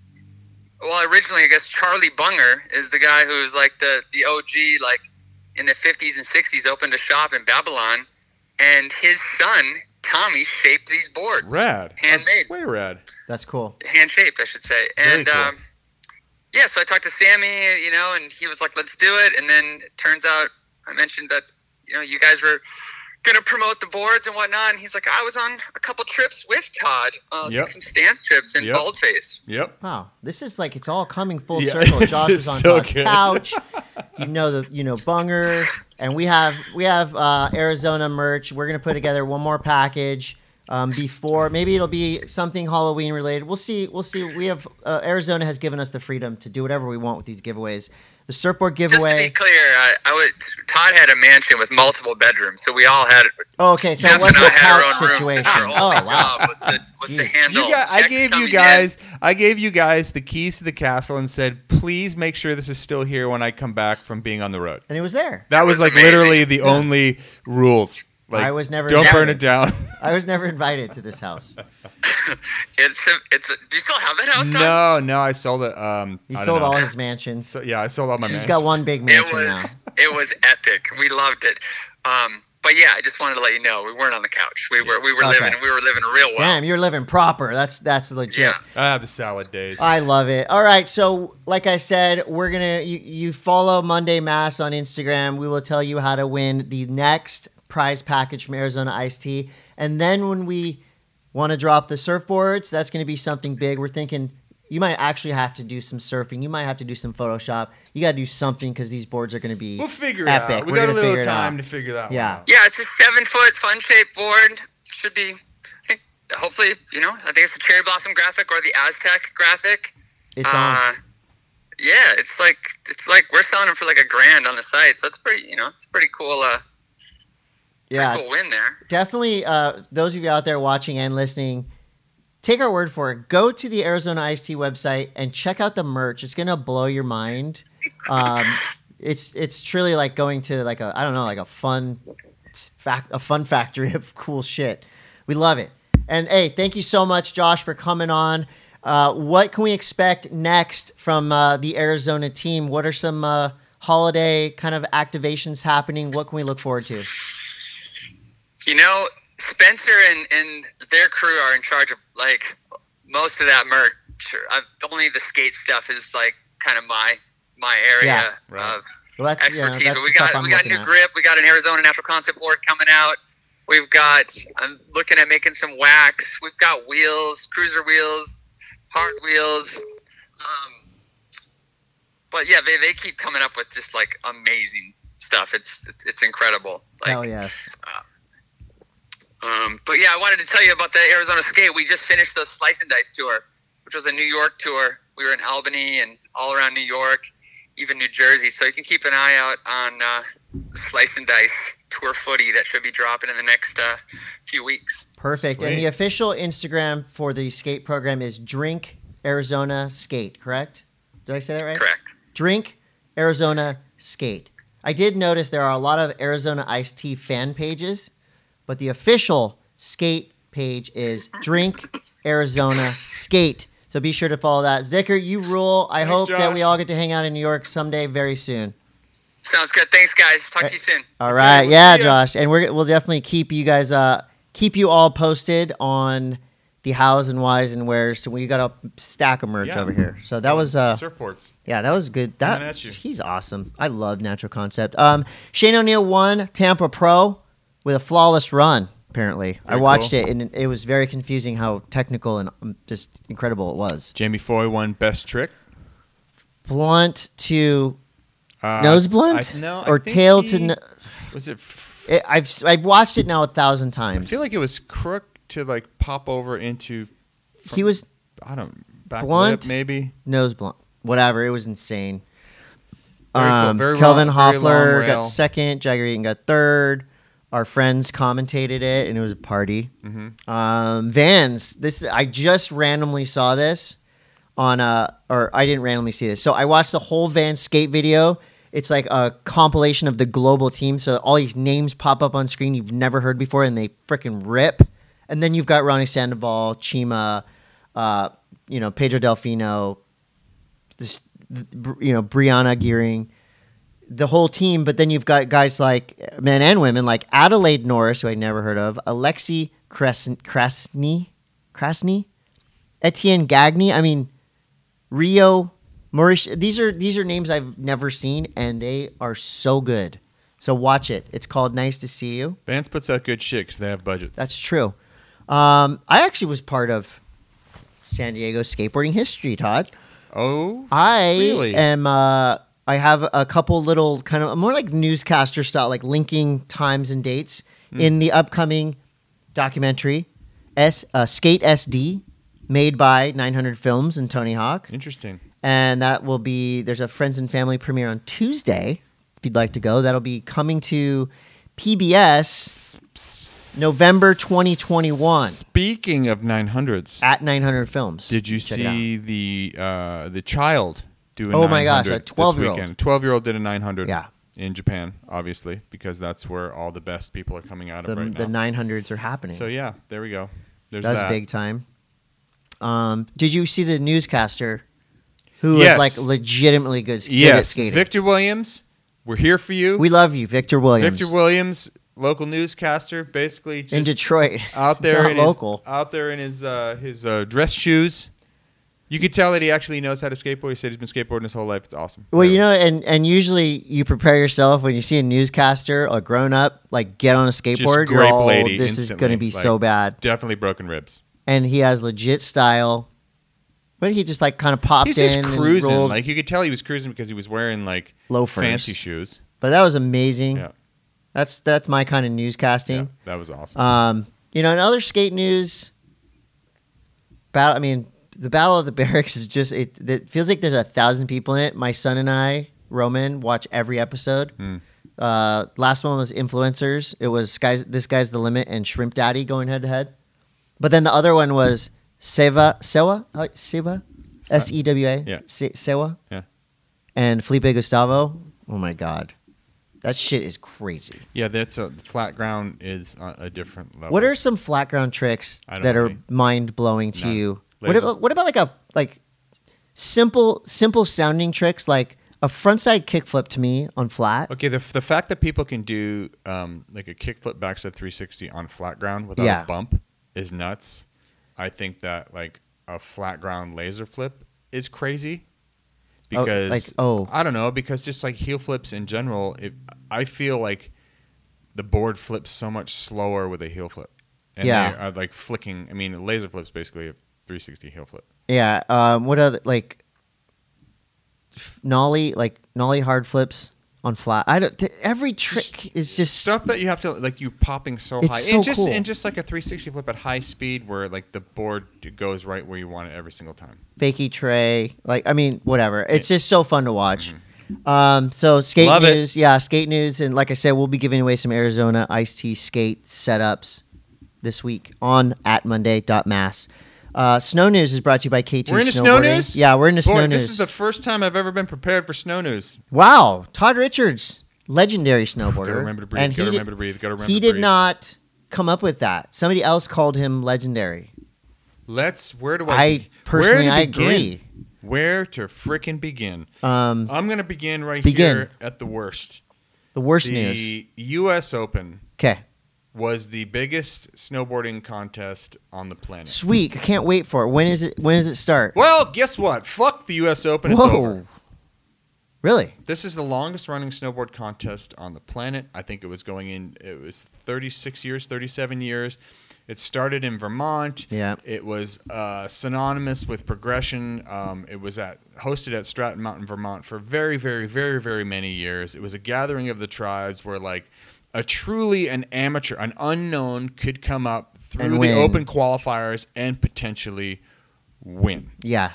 Speaker 4: Well, originally, I guess Charlie Bunger is the guy who's like the the OG, like in the fifties and sixties, opened a shop in Babylon, and his son Tommy shaped these boards,
Speaker 2: rad.
Speaker 4: handmade
Speaker 2: Way rad.
Speaker 1: That's cool.
Speaker 4: hand shaped, I should say.
Speaker 2: Very
Speaker 4: And
Speaker 2: cool.
Speaker 4: um, yeah, so I talked to Sammy, you know, and he was like, "Let's do it." And then it turns out I mentioned that you know you guys were gonna promote the boards and whatnot, and he's like, "I was on a couple trips with Todd, uh,
Speaker 2: Yep.
Speaker 4: some stance trips in
Speaker 2: Yep.
Speaker 4: Baldface."
Speaker 2: Yep.
Speaker 1: Wow, this is like it's all coming full
Speaker 2: Yeah,
Speaker 1: circle.
Speaker 2: this
Speaker 1: Josh
Speaker 2: is
Speaker 1: is on
Speaker 2: so
Speaker 1: Todd's
Speaker 2: good.
Speaker 1: couch. You know the you know Bunger, and we have we have uh, Arizona merch. We're gonna put together one more package um, before maybe it'll be something Halloween related. We'll see. We'll see. We have uh, Arizona has given us the freedom to do whatever we want with these giveaways. The surfboard
Speaker 4: Just to be
Speaker 1: giveaway.
Speaker 4: clear, I, I was Todd had a mansion with multiple bedrooms, so we all had.
Speaker 1: Oh, okay, so
Speaker 4: Jeff
Speaker 1: it wasn't
Speaker 4: and
Speaker 1: a
Speaker 4: I had our
Speaker 1: couch
Speaker 4: own room.
Speaker 1: situation.
Speaker 4: Our only
Speaker 1: Oh wow.
Speaker 4: job was to, was to
Speaker 1: Jeez.
Speaker 4: handle.
Speaker 5: You got, I
Speaker 4: checks
Speaker 5: gave you
Speaker 4: coming in.
Speaker 5: guys I gave you guys the keys to the castle and said, please make sure this is still here when I come back from being on the road.
Speaker 1: And it was there.
Speaker 5: That was
Speaker 4: was
Speaker 5: like
Speaker 4: amazing.
Speaker 5: literally the only rules. Like,
Speaker 1: I was never
Speaker 5: don't
Speaker 1: invited.
Speaker 5: burn it down.
Speaker 1: I was never invited to this house.
Speaker 4: It's a, it's. A, do you still have that house? Todd?
Speaker 5: no, no, I sold it. Um,
Speaker 1: He
Speaker 5: I don't
Speaker 1: sold
Speaker 5: know.
Speaker 1: all his mansions.
Speaker 5: So, yeah, I sold all my.
Speaker 1: He's
Speaker 5: mansions.
Speaker 1: got one big
Speaker 4: it
Speaker 1: mansion
Speaker 4: was
Speaker 1: now.
Speaker 4: it was epic. We loved it. Um, but yeah, I just wanted to let you know we weren't on the couch. We were we were
Speaker 1: Okay.
Speaker 4: living we were living real well.
Speaker 1: Damn, you're living proper. That's that's legit.
Speaker 4: Yeah.
Speaker 5: Ah, the salad days.
Speaker 1: I love it. All right, so like I said, we're gonna you, you follow Monday Mass on Instagram. We will tell you how to win the next prize package from Arizona Iced Tea, and then when we want to drop the surfboards, that's gonna be something big. We're thinking You might actually have to do some surfing. You might have to do some Photoshop. You got to do something because these boards are going to be
Speaker 5: We'll figure it
Speaker 1: epic.
Speaker 5: out. We
Speaker 1: We're
Speaker 5: got a
Speaker 1: gonna
Speaker 5: little
Speaker 1: figure it
Speaker 5: time
Speaker 1: out.
Speaker 5: to figure that
Speaker 1: Yeah.
Speaker 5: one out.
Speaker 4: Yeah, it's a seven foot fun shaped board. Should be, I think, hopefully, you know, I think it's the Cherry Blossom graphic or the Aztec graphic. Uh,
Speaker 1: It's on.
Speaker 4: Ah. Yeah, it's like it's like we're selling them for like a grand on the site, so it's pretty, you know, it's a pretty cool. Uh,
Speaker 1: yeah,
Speaker 4: pretty cool win there.
Speaker 1: definitely uh, those of you out there watching and listening take our word for it go to the arizona iced tea website and check out the merch it's gonna blow your mind um, it's it's truly like going to like a i don't know like a fun fact a fun factory of cool shit we love it and hey thank you so much josh for coming on uh, what can we expect next from uh, the arizona team what are some uh, holiday kind of activations happening what can we look forward to
Speaker 4: You know, Spencer and and their crew are in charge of like most of that merch. I've, only the skate stuff is like kind of my my area
Speaker 1: Yeah,
Speaker 2: right.
Speaker 4: of
Speaker 1: Well, that's yeah,
Speaker 4: expertise.
Speaker 1: that's
Speaker 4: but
Speaker 1: the
Speaker 4: we
Speaker 1: stuff
Speaker 4: got
Speaker 1: I'm
Speaker 4: we got
Speaker 1: looking
Speaker 4: new
Speaker 1: at.
Speaker 4: grip. We got an Arizona natural concept board coming out. We've got I'm looking at making some wax. We've got wheels, cruiser wheels, hard wheels. Um, but yeah, they, they keep coming up with just like amazing stuff. It's it's, it's incredible. Like,
Speaker 1: Hell yes!
Speaker 4: um, but yeah, I wanted to tell you about the Arizona skate. We just finished the Slice and Dice tour, which was a New York tour. We were in Albany and all around New York, even New Jersey. So you can keep an eye out on uh, Slice and Dice tour footy that should be dropping in the next uh, few weeks.
Speaker 1: Perfect. And the
Speaker 2: Sweet.
Speaker 1: official Instagram for the skate program is Drink Arizona Skate. Correct? Did I say that right?
Speaker 4: Correct.
Speaker 1: Drink Arizona Skate. I did notice there are a lot of Arizona Iced Tea fan pages, but the official skate page is Drink Arizona Skate. So be sure to follow that. Zicker, you rule. I
Speaker 5: Thanks,
Speaker 1: hope that
Speaker 5: Josh.
Speaker 1: we all get to hang out in New York someday very soon.
Speaker 4: Sounds good. Thanks, guys. Talk to you soon.
Speaker 1: All right,
Speaker 5: we'll
Speaker 1: yeah,
Speaker 5: see ya.
Speaker 1: Josh, and we're we'll definitely keep you guys uh keep you all posted on the hows and whys and wheres. So we got a stack of merch
Speaker 2: Yeah.
Speaker 1: over here. So that was uh
Speaker 2: surfboards.
Speaker 1: yeah, that was good. That
Speaker 2: Coming at you.
Speaker 1: he's awesome. I love Natural Concept. Um, Shane O'Neill won Tampa Pro with a flawless run. Apparently, I
Speaker 2: Very
Speaker 1: watched
Speaker 2: cool.
Speaker 1: it and it was very confusing how technical and um, just incredible it was.
Speaker 2: Jamie Foy won best trick.
Speaker 1: Blunt to
Speaker 2: Uh,
Speaker 1: nose blunt
Speaker 2: I, no, I
Speaker 1: or
Speaker 2: think
Speaker 1: tail
Speaker 2: he-
Speaker 1: to. No-
Speaker 2: Was it? f-
Speaker 1: it, I've s- I've watched it now a thousand
Speaker 2: I
Speaker 1: times.
Speaker 2: feel like it was crook to like pop over into.
Speaker 1: he was
Speaker 2: I don't back
Speaker 1: Blunt?
Speaker 2: lip maybe.
Speaker 1: nose blunt, whatever. It was insane.
Speaker 2: Very cool.
Speaker 1: Um,
Speaker 2: Very
Speaker 1: Kelvin
Speaker 2: long- very long
Speaker 1: Hoffler
Speaker 2: rail.
Speaker 1: got second. Jagger Eaton got third. Our friends commentated it, and it was a party.
Speaker 2: Mm-hmm.
Speaker 1: Um, Vans. This I just randomly saw this on uh or I didn't randomly see this. So I watched the whole Van skate video. It's like a compilation of the global team. So all these names pop up on screen you've never heard before, and they freaking rip. And then you've got Ronnie Sandoval, Chima, uh, you know Pedro Delfino, this you know Brianna Gearing, the whole team. But then you've got guys like men and women like Adelaide Norris, who I'd never heard of, Alexi Krasn- Krasny, Krasny, Etienne Gagny. I mean Rio, Mauricio. These are these are names I've never seen, and they are so good. So watch it. It's called Nice to See You.
Speaker 2: Vance puts out good shit because they have budgets.
Speaker 1: That's true. Um, I actually was part of San Diego skateboarding history, Todd.
Speaker 2: oh
Speaker 1: I
Speaker 2: Really?
Speaker 1: am. Uh, I have a couple little kind of more like newscaster style, like linking times and dates
Speaker 2: Hmm.
Speaker 1: in the upcoming documentary, S uh, Skate SD, made by 900 Films and Tony Hawk,
Speaker 2: interesting.
Speaker 1: and that will be there's a friends and family premiere on Tuesday. If you'd like to go, that'll be coming to PBS November 2021
Speaker 2: Speaking of nine hundreds,
Speaker 1: at 900 Films.
Speaker 2: did you
Speaker 1: Check it out.
Speaker 2: see the uh, the child do? A
Speaker 1: Oh my gosh, a
Speaker 2: 900 this
Speaker 1: 12-year-old.
Speaker 2: weekend? Twelve year old did a nine hundred.
Speaker 1: Yeah.
Speaker 2: In Japan, obviously, because that's where all the best people are coming out of
Speaker 1: The,
Speaker 2: right
Speaker 1: the
Speaker 2: now.
Speaker 1: 900s are happening.
Speaker 2: So yeah, there we go. There's
Speaker 1: That was
Speaker 2: that.
Speaker 1: big time. Um, did you see the newscaster who
Speaker 2: Yes.
Speaker 1: is like legitimately good, sk- good at
Speaker 2: Yes,
Speaker 1: skating?
Speaker 2: Victor Williams, we're here for you.
Speaker 1: we love you, Victor Williams.
Speaker 2: Victor Williams, local newscaster, basically just
Speaker 1: in Detroit.
Speaker 2: out there
Speaker 1: Not
Speaker 2: in
Speaker 1: local.
Speaker 2: His, out there in his uh, his uh, dress shoes. You could tell that he actually knows how to skateboard. He said he's been skateboarding his whole life. It's awesome.
Speaker 1: Well, you know, and, and usually you prepare yourself when you see a newscaster, a grown up, like get on a skateboard. you're
Speaker 2: grape
Speaker 1: all,
Speaker 2: lady
Speaker 1: this is
Speaker 2: instantly,
Speaker 1: going to be so
Speaker 2: like-
Speaker 1: bad.
Speaker 2: definitely broken ribs.
Speaker 1: And he has legit style. But he just like kind of popped
Speaker 2: He's
Speaker 1: in
Speaker 2: just cruising.
Speaker 1: and rolled.
Speaker 2: Like you could tell he was cruising because he was wearing like
Speaker 1: Loafers.
Speaker 2: fancy shoes.
Speaker 1: but that was amazing.
Speaker 2: Yeah.
Speaker 1: That's that's my kind of
Speaker 2: Yeah,
Speaker 1: newscasting.
Speaker 2: that was awesome.
Speaker 1: Um, you know, in other skate news, battle. I mean, the Battle of the Barracks is just it. It feels like there's a thousand people in it. My son and I, Roman, watch every episode.
Speaker 2: Hmm.
Speaker 1: Uh, last one was influencers. It was guys. This guy's the limit and Shrimp Daddy going head to head. But then the other one was Seva Sewa How- Sewa S E W A
Speaker 2: Yeah.
Speaker 1: Se- Sewa
Speaker 2: Yeah.
Speaker 1: and Felipe Gustavo. Oh my god, that shit is crazy.
Speaker 2: yeah, that's a flat ground is a, a different level.
Speaker 1: What are some flat ground tricks
Speaker 2: I don't
Speaker 1: that
Speaker 2: know
Speaker 1: are
Speaker 2: any.
Speaker 1: mind blowing to
Speaker 2: None.
Speaker 1: you? What,
Speaker 2: Laser.
Speaker 1: ab- what about like a like simple simple sounding tricks like a frontside kickflip to me on flat?
Speaker 2: Okay, the, the fact that people can do um, like a kickflip backside 360 on flat ground without
Speaker 1: Yeah.
Speaker 2: a bump is nuts. I think that like a flat ground laser flip is crazy
Speaker 1: Oh, like,
Speaker 2: because
Speaker 1: oh.
Speaker 2: I don't know because just like heel flips in general, it, I feel like the board flips so much slower with a heel flip. And
Speaker 1: Yeah.
Speaker 2: they are like flicking. I mean, a laser flips basically a 360 heel flip.
Speaker 1: Yeah. Um, what other like f- nollie like nollie hard flips on flat? I don't. Th- every trick is just
Speaker 2: stuff that you have to like you popping so
Speaker 1: It's
Speaker 2: high
Speaker 1: so
Speaker 2: and just
Speaker 1: cool.
Speaker 2: and just like a 360 flip at high speed where like the board goes right where you want it every single time
Speaker 1: fakey tray. Like, I mean, whatever. It's just so fun to watch.
Speaker 2: Mm-hmm.
Speaker 1: Um, so skate
Speaker 5: Love it.
Speaker 1: news, yeah, skate news, and like I said, we'll be giving away some Arizona Ice Tea skate setups this week on at Monday.mass. Uh, snow news is brought to you by K2
Speaker 2: We're into snow
Speaker 1: Snowboarding.
Speaker 2: news?
Speaker 1: Yeah, we're into
Speaker 2: boy
Speaker 1: snow
Speaker 2: this
Speaker 1: news.
Speaker 2: is the first time i've ever been prepared for snow news
Speaker 1: wow, Todd Richards, legendary snowboarder.
Speaker 2: gotta remember to breathe
Speaker 1: and he
Speaker 2: gotta
Speaker 1: did-
Speaker 2: remember to breathe gotta remember
Speaker 1: He
Speaker 2: to
Speaker 1: did
Speaker 2: breathe.
Speaker 1: not come up with that. Somebody else called him legendary.
Speaker 2: let's where do i
Speaker 1: I personally,
Speaker 2: where to
Speaker 1: I
Speaker 2: begin?
Speaker 1: agree.
Speaker 2: where to frickin' begin
Speaker 1: Um,
Speaker 2: i'm gonna begin right
Speaker 1: Begin.
Speaker 2: here at the worst
Speaker 1: the worst news.
Speaker 2: the us open
Speaker 1: Okay.
Speaker 2: was the biggest snowboarding contest on the planet
Speaker 1: Sweet. I can't wait for it. When is it when does it start?
Speaker 2: well guess what fuck the us open it's over
Speaker 1: Really?
Speaker 2: This is the longest running snowboard contest on the planet. I think it was going in, it was 36 years, 37 years. It started in Vermont.
Speaker 1: Yeah.
Speaker 2: It was uh, synonymous with progression. Um, it was at, hosted at Stratton Mountain, Vermont for very, very, very, very many years. It was a gathering of the tribes where, like, a truly an amateur, an unknown could come up
Speaker 1: And
Speaker 2: through the
Speaker 1: win.
Speaker 2: open qualifiers and potentially win.
Speaker 1: Yeah.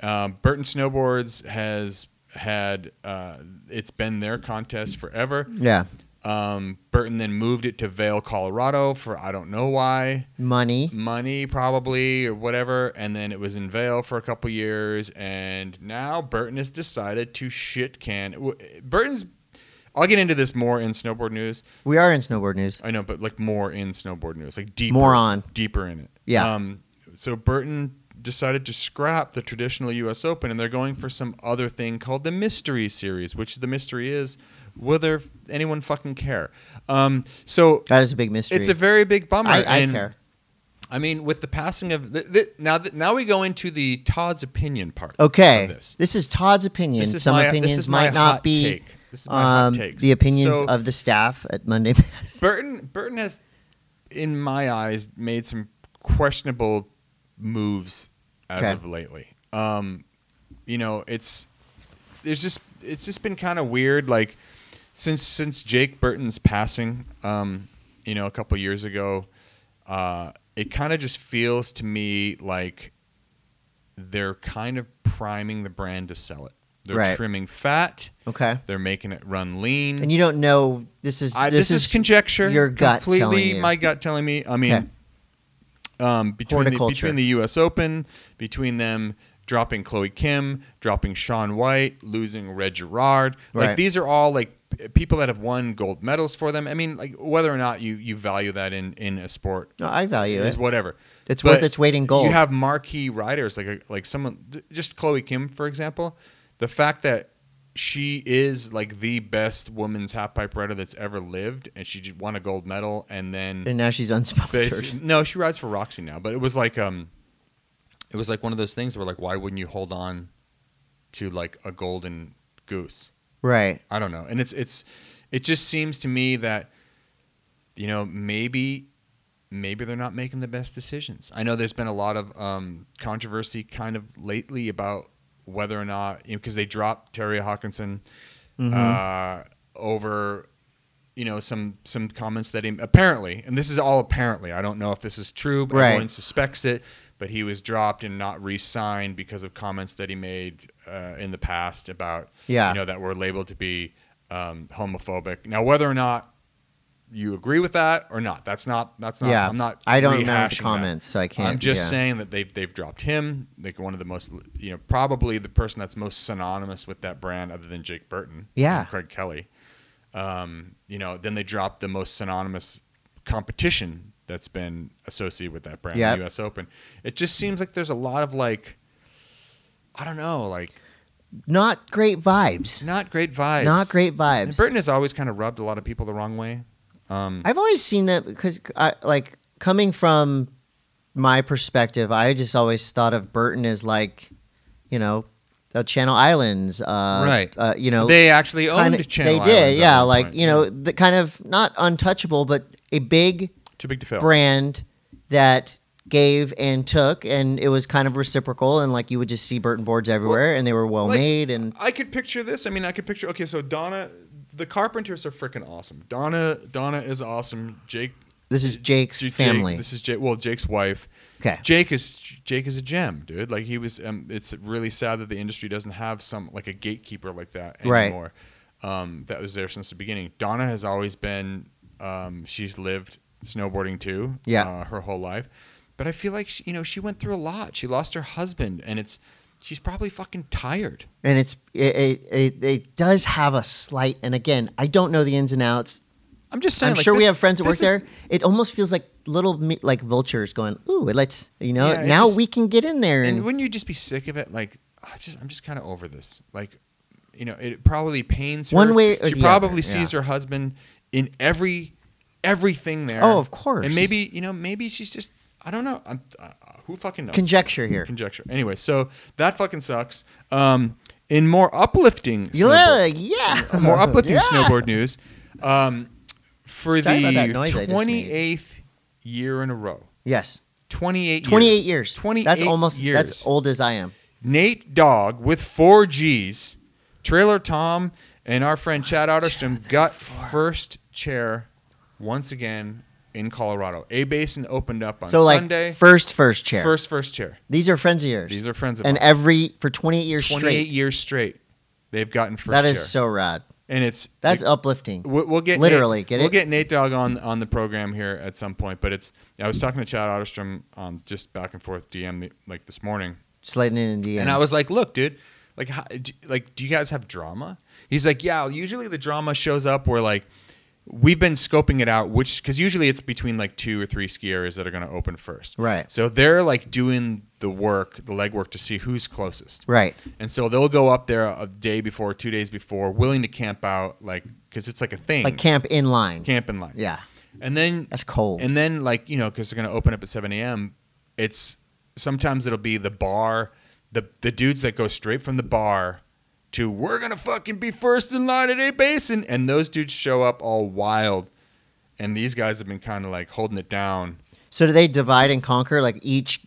Speaker 2: Um, Burton Snowboards has had uh, it's been their contest forever.
Speaker 1: Yeah.
Speaker 2: Um, Burton then moved it to Vail, Colorado for I don't know why
Speaker 1: Money.
Speaker 2: money probably or whatever, and then it was in Vail for a couple years, and now Burton has decided to shit can w- Burton's. I'll get into this more in snowboard news.
Speaker 1: We are in snowboard news.
Speaker 2: I know, but like more in snowboard news, like deeper,
Speaker 1: More on.
Speaker 2: deeper in it.
Speaker 1: Yeah.
Speaker 2: Um, so Burton decided to scrap the traditional U.S. Open, and they're going for some other thing called the Mystery Series, which the mystery is whether anyone fucking care. Um, so
Speaker 1: That is a big mystery.
Speaker 2: it's a very big bummer.
Speaker 1: I, I
Speaker 2: and-
Speaker 1: care.
Speaker 2: I mean, with the passing of th- th- now, th- now we go into the Todd's opinion part.
Speaker 1: Okay.
Speaker 2: of
Speaker 1: This.
Speaker 2: this.
Speaker 1: is Todd's opinion.
Speaker 2: This is
Speaker 1: Some
Speaker 2: my- this
Speaker 1: opinions
Speaker 2: is my
Speaker 1: might not
Speaker 2: hot
Speaker 1: be
Speaker 2: take. This is my hot
Speaker 1: um,
Speaker 2: takes.
Speaker 1: the opinions
Speaker 2: So-
Speaker 1: of the staff at Monday Mass.
Speaker 2: Burton Burton has, in my eyes, made some questionable moves as
Speaker 1: Okay.
Speaker 2: of lately. Um, you know, it's there's just it's just been kind of weird. Like since since Jake Burton's passing, um, you know, a couple years ago, uh, it kind of just feels to me like they're kind of priming the brand to sell it. They're
Speaker 1: Right.
Speaker 2: trimming fat.
Speaker 1: Okay.
Speaker 2: They're making it run lean.
Speaker 1: And you don't know this is
Speaker 2: I,
Speaker 1: this,
Speaker 2: this, is, conjecture.
Speaker 1: your gut
Speaker 2: completely.
Speaker 1: telling you.
Speaker 2: My gut telling me. I mean,
Speaker 1: Okay.
Speaker 2: um, between the,
Speaker 1: Horticulture.
Speaker 2: between the U.S. Open, between them dropping Chloe Kim, dropping Sean White, losing Red Gerard.
Speaker 1: Right.
Speaker 2: Like these are all like p- people that have won gold medals for them. I mean, like whether or not you you value that in in a sport
Speaker 1: No, I value
Speaker 2: is
Speaker 1: it.
Speaker 2: whatever.
Speaker 1: It's worth its weight in gold.
Speaker 2: You have marquee riders like a, like someone just Chloe Kim for example. The fact that she is like the best women's halfpipe rider that's ever lived, and she just won a gold medal, and then
Speaker 1: And now she's
Speaker 2: Basi-
Speaker 1: unsponsored.
Speaker 2: no, she rides for Roxy now, but it was like um, it was like one of those things where like, why wouldn't you hold on to like a golden goose?
Speaker 1: Right.
Speaker 2: I don't know, and it's it's it just seems to me that you know maybe maybe they're not making the best decisions. I know there's been a lot of um, controversy kind of lately about whether or not because they dropped Terry Hawkinson uh, over you know some some comments that he apparently and this is all apparently I don't know if this is true but
Speaker 1: Right.
Speaker 2: everyone suspects it but he was dropped and not re-signed because of comments that he made uh, in the past about
Speaker 1: Yeah.
Speaker 2: you know that were labeled to be um, homophobic now whether or not you agree with that or not that's not that's not
Speaker 1: yeah,
Speaker 2: I'm not
Speaker 1: I don't remember
Speaker 2: rehashing
Speaker 1: the
Speaker 2: that.
Speaker 1: comments, so I can't.
Speaker 2: I'm just
Speaker 1: yeah.
Speaker 2: saying that they've they've dropped him like one of the most you know probably the person that's most synonymous with that brand other than Jake Burton
Speaker 1: Yeah.
Speaker 2: and Craig Kelly um, you know then they dropped the most synonymous competition that's been associated with that brand
Speaker 1: Yep.
Speaker 2: the US Open it just seems like there's a lot of like I don't know like
Speaker 1: not great vibes.
Speaker 2: not great vibes
Speaker 1: Not great
Speaker 2: and
Speaker 1: vibes.
Speaker 2: Burton has always kind of rubbed a lot of people the wrong way Um,
Speaker 1: I've always seen that because, I, like, coming from my perspective, I just always thought of Burton as like, you know, the Channel Islands, uh,
Speaker 5: Right.
Speaker 1: Uh, you know,
Speaker 5: they actually owned
Speaker 1: kinda-
Speaker 5: Channel
Speaker 1: They did,
Speaker 5: Islands at
Speaker 1: yeah.
Speaker 5: one
Speaker 1: Like
Speaker 5: point.
Speaker 1: you know, the kind of not untouchable, but a big
Speaker 2: too big to fail
Speaker 1: brand that gave and took, and it was kind of reciprocal. And like you would just see Burton boards everywhere, and they were well
Speaker 2: like-
Speaker 1: made. And
Speaker 2: I could picture this. I mean, I could picture. Okay, so Donna, the Carpenters are freaking awesome. Donna, Donna is awesome. Jake,
Speaker 1: this is Jake's
Speaker 2: Jake-
Speaker 1: family.
Speaker 2: this is Jake. Well, Jake's wife.
Speaker 1: okay,
Speaker 2: Jake is Jake is a gem, dude. Like he was. Um, it's really sad that the industry doesn't have some like a gatekeeper like that
Speaker 1: Right.
Speaker 2: anymore. Um, that was there since the beginning. Donna has always been. Um, she's lived snowboarding too.
Speaker 1: Yeah.
Speaker 2: uh, her whole life. But I feel like she, you know she went through a lot. She lost her husband, and it's she's probably fucking tired.
Speaker 1: and it's it, it it it does have a slight. And again, I don't know the ins and outs.
Speaker 2: I'm just saying.
Speaker 1: I'm
Speaker 2: like,
Speaker 1: sure we
Speaker 2: this-
Speaker 1: have friends that work
Speaker 2: this is-
Speaker 1: there. It almost feels like little me- like vultures going, "Ooh, let's you know
Speaker 2: Yeah, it
Speaker 1: now
Speaker 2: just-
Speaker 1: we can get in there." And,
Speaker 2: And wouldn't you just be sick of it? Like, I just I'm just kind of over this. Like, you know, it probably pains her.
Speaker 1: One way or
Speaker 2: she
Speaker 1: the
Speaker 2: probably
Speaker 1: other,
Speaker 2: sees
Speaker 1: yeah.
Speaker 2: her husband in every everything there.
Speaker 1: Oh, of course.
Speaker 2: And maybe you know, maybe she's just I don't know. I'm, uh, who fucking knows?
Speaker 1: conjecture here.
Speaker 2: Conjecture. Anyway, so that fucking sucks. Um, in more uplifting,
Speaker 1: Yeah,
Speaker 2: snowboard-
Speaker 1: yeah.
Speaker 2: more uplifting
Speaker 1: Yeah.
Speaker 2: snowboard news. Um, for
Speaker 1: Sorry about that
Speaker 2: the
Speaker 1: noise I just made.
Speaker 2: twenty eighth year in a row.
Speaker 1: Yes.
Speaker 2: 28
Speaker 1: 28 years.
Speaker 2: 28
Speaker 1: That's almost
Speaker 2: years.
Speaker 1: that's old as I am.
Speaker 2: Nate Dogg with four G's, Trailer Tom, and our friend Chad Otterstrom got first chair once again in Colorado. A Basin opened up on
Speaker 1: So like
Speaker 2: Sunday.
Speaker 1: first first chair.
Speaker 2: First, first chair.
Speaker 1: These are friends of yours.
Speaker 2: These are friends of
Speaker 1: and
Speaker 2: mine.
Speaker 1: every for 28 years
Speaker 2: 28
Speaker 1: straight.
Speaker 2: years straight, they've gotten first
Speaker 1: That is
Speaker 2: chair.
Speaker 1: so rad.
Speaker 2: and it's
Speaker 1: That's
Speaker 2: it-
Speaker 1: uplifting.
Speaker 2: We'll, we'll get
Speaker 1: Literally,
Speaker 2: Nate,
Speaker 1: get
Speaker 2: we'll
Speaker 1: it?
Speaker 2: get Nate Dogg on on the program here at some point. But it's I was talking to Chad Otterstrom on just back and forth DM the, like this morning,
Speaker 1: Sliding in the
Speaker 2: And I was like, "Look, dude, like, how, do, like, do you guys have drama?" He's like, "Yeah. Usually the drama shows up where like we've been scoping it out, which because usually it's between like two or three ski areas that are going to open first,
Speaker 1: Right.
Speaker 2: So they're like doing the work, the legwork to see who's closest,
Speaker 1: Right.
Speaker 2: And so they'll go up there a day before, two days before, willing to camp out, like, because it's like a thing,
Speaker 1: Like camp in line.
Speaker 2: camp in line,
Speaker 1: Yeah.
Speaker 2: And then
Speaker 1: That's cold.
Speaker 2: and then, like, you know, because they're going to open up at 7 a.m., it's sometimes it'll be the bar, the, the dudes that go straight from the bar to, we're going to fucking be first in line at A Basin. And those dudes show up all wild. And these guys have been kind of like holding it down.
Speaker 1: so do they divide and conquer like each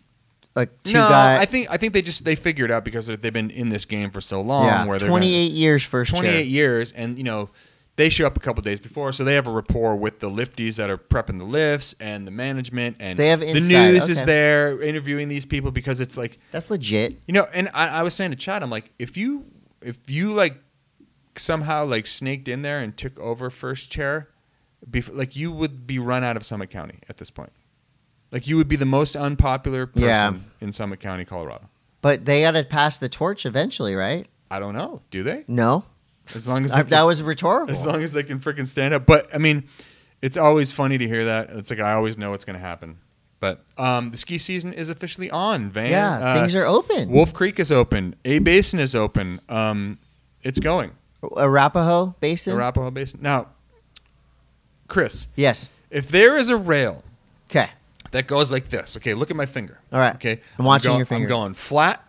Speaker 1: like two
Speaker 2: no,
Speaker 1: guys
Speaker 2: I think I think they just they figured out because they've been in this game for so long.
Speaker 1: yeah,
Speaker 2: where they're gonna-
Speaker 1: 28 years first
Speaker 2: 28
Speaker 1: chair.
Speaker 2: years and you know they show up a couple days before so they have a rapport with the lifties that are prepping the lifts and the management and
Speaker 1: They have
Speaker 2: the
Speaker 1: insight,
Speaker 2: news is
Speaker 1: okay.
Speaker 2: there interviewing these people because it's like
Speaker 1: That's legit.
Speaker 2: you know and I, I was saying to chad i'm like if you if you like somehow like snaked in there and took over first chair bef- like you would be run out of summit county at this point like you would be the most unpopular person
Speaker 1: Yeah.
Speaker 2: in summit county colorado
Speaker 1: But they got to pass the torch eventually, right?
Speaker 2: i don't know do they
Speaker 1: No.
Speaker 2: as long as
Speaker 1: I-
Speaker 2: they-
Speaker 1: that was rhetorical.
Speaker 2: as long as they can freaking stand up. But I mean, it's always funny to hear that. It's like I always know what's going to happen. But um, the ski season is officially on. Van,
Speaker 1: yeah,
Speaker 2: uh,
Speaker 1: things are open.
Speaker 2: Wolf Creek is open. A Basin is open. Um, it's going.
Speaker 1: Arapahoe Basin?
Speaker 2: Arapahoe Basin. Now, Chris,
Speaker 1: yes.
Speaker 2: if there is a rail
Speaker 1: Okay.
Speaker 2: that goes like this, okay, look at my finger.
Speaker 1: All right.
Speaker 2: Okay,
Speaker 1: I'm watching
Speaker 2: going-
Speaker 1: your finger.
Speaker 2: I'm going flat,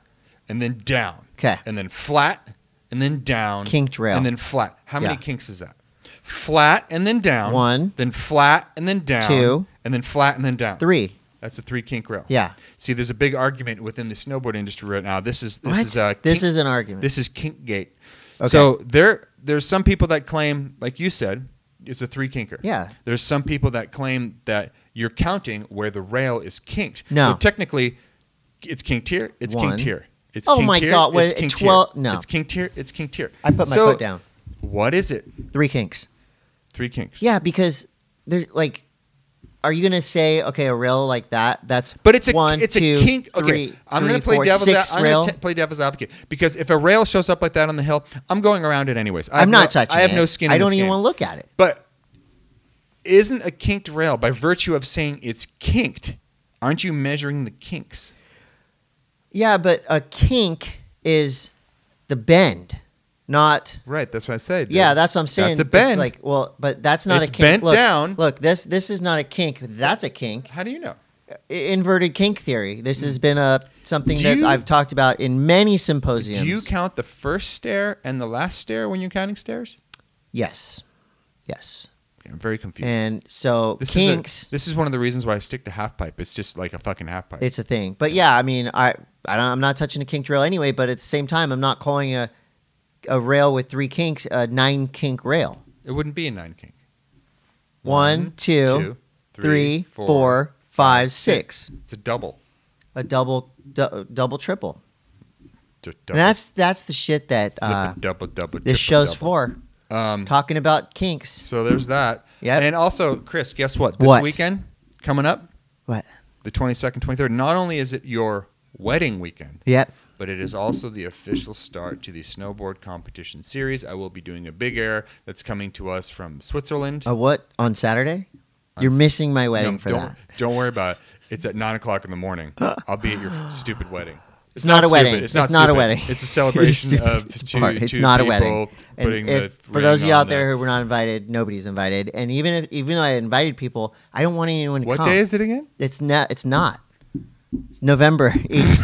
Speaker 2: and then down.
Speaker 1: 'Kay.
Speaker 2: and then flat, and then down.
Speaker 1: Kinked rail.
Speaker 2: and then flat. How many
Speaker 1: Yeah.
Speaker 2: kinks is that? flat and then down.
Speaker 1: One.
Speaker 2: Then flat and then down.
Speaker 1: Two.
Speaker 2: And then flat and then down.
Speaker 1: Three.
Speaker 2: That's a three kink rail.
Speaker 1: Yeah.
Speaker 2: See, there's a big argument within the snowboard industry right now. This is this
Speaker 1: What?
Speaker 2: is uh,
Speaker 1: this
Speaker 2: kink-
Speaker 1: is an argument.
Speaker 2: this is kink gate.
Speaker 1: Okay.
Speaker 2: So there there's some people that claim, like you said, it's a three kinker.
Speaker 1: Yeah.
Speaker 2: There's some people that claim that you're counting where the rail is kinked.
Speaker 1: No.
Speaker 2: So technically, it's kinked here. It's
Speaker 1: One.
Speaker 2: kinked here. It's
Speaker 1: Oh
Speaker 2: kinked
Speaker 1: my
Speaker 2: here,
Speaker 1: God,
Speaker 2: It's
Speaker 1: wait,
Speaker 2: kinked
Speaker 1: 12
Speaker 2: here.
Speaker 1: no.
Speaker 2: It's kinked here. It's kinked here.
Speaker 1: I put my
Speaker 2: So,
Speaker 1: foot down.
Speaker 2: What is it?
Speaker 1: Three kinks.
Speaker 2: Three kinks.
Speaker 1: Yeah, because they're like, are you gonna say okay a rail like that? That's
Speaker 2: But it's a
Speaker 1: one,
Speaker 2: it's
Speaker 1: two,
Speaker 2: a kink. Okay,
Speaker 1: three,
Speaker 2: I'm
Speaker 1: three,
Speaker 2: gonna play
Speaker 1: four,
Speaker 2: devil's
Speaker 1: six
Speaker 2: ad- I'm
Speaker 1: rail.
Speaker 2: gonna t- play devil's advocate because if a rail shows up like that on the hill, I'm going around it anyways. I
Speaker 1: I'm
Speaker 2: have
Speaker 1: not
Speaker 2: no-
Speaker 1: touching.
Speaker 2: I have
Speaker 1: it.
Speaker 2: no skin.
Speaker 1: I
Speaker 2: in
Speaker 1: don't
Speaker 2: this
Speaker 1: even
Speaker 2: game.
Speaker 1: want to look at it.
Speaker 2: But isn't a kinked rail by virtue of saying it's kinked? Aren't you measuring the kinks?
Speaker 1: Yeah, but a kink is the bend, not.
Speaker 2: Right. That's what I said.
Speaker 1: Yeah, that's what I'm saying.
Speaker 2: That's a bend.
Speaker 1: It's like, well, but that's not
Speaker 2: It's
Speaker 1: a kink.
Speaker 2: bent
Speaker 1: look,
Speaker 2: down.
Speaker 1: Look, this this is not a kink. That's a kink.
Speaker 2: How do you know?
Speaker 1: I- Inverted kink theory. This has been a something
Speaker 2: Mm. Do
Speaker 1: that
Speaker 2: you-
Speaker 1: I've talked about in many symposiums.
Speaker 2: Do you count the first stair and the last stair when you're counting stairs?
Speaker 1: Yes, yes.
Speaker 2: Yeah, I'm very confused.
Speaker 1: And so
Speaker 2: this
Speaker 1: kinks.
Speaker 2: Is a- this is one of the reasons why I stick to half pipe. It's just like a fucking half pipe.
Speaker 1: it's a thing. But yeah, I mean, I, I don't, I'm not touching a kink rail anyway. But at the same time, I'm not calling a a rail with three kinks a nine kink rail.
Speaker 2: it wouldn't be a nine kink.
Speaker 1: One, two, three, four, five, six.
Speaker 2: two, three, four, five, It's a double.
Speaker 1: A double, du- double, triple.
Speaker 2: It's a double.
Speaker 1: And that's that's the shit that
Speaker 2: flip a
Speaker 1: uh,
Speaker 2: double, double,
Speaker 1: this
Speaker 2: triple
Speaker 1: show's
Speaker 2: double.
Speaker 1: for.
Speaker 2: Um,
Speaker 1: Talking about kinks.
Speaker 2: so there's that.
Speaker 1: Yep.
Speaker 2: And also, Chris, guess what? This
Speaker 1: What?
Speaker 2: weekend coming up,
Speaker 1: What?
Speaker 2: the 22nd, 23rd. Not only is it your wedding weekend,
Speaker 1: Yep.
Speaker 2: but it is also the official start to the snowboard competition series. I will be doing a big air that's coming to us from Switzerland.
Speaker 1: A Uh, what on Saturday?
Speaker 2: On
Speaker 1: You're
Speaker 2: s-
Speaker 1: missing my wedding
Speaker 2: No,
Speaker 1: for
Speaker 2: don't,
Speaker 1: that.
Speaker 2: Don't worry about it. It's at nine o'clock in the morning. I'll be at your f- stupid wedding. It's
Speaker 1: not a
Speaker 2: stupid.
Speaker 1: wedding.
Speaker 2: It's not,
Speaker 1: It's not a
Speaker 2: stupid.
Speaker 1: wedding.
Speaker 2: It's a celebration
Speaker 1: It's
Speaker 2: of
Speaker 1: stupid. It's
Speaker 2: two,
Speaker 1: part. It's
Speaker 2: two
Speaker 1: not a
Speaker 2: people
Speaker 1: wedding.
Speaker 2: putting
Speaker 1: And if,
Speaker 2: the
Speaker 1: for those of
Speaker 2: ring
Speaker 1: you
Speaker 2: on
Speaker 1: out there
Speaker 2: the-
Speaker 1: who were not invited, nobody's invited. And even if even though I invited people, I don't want anyone to
Speaker 2: what
Speaker 1: come.
Speaker 2: day is it again?
Speaker 1: It's not. It's not. It's November eighth.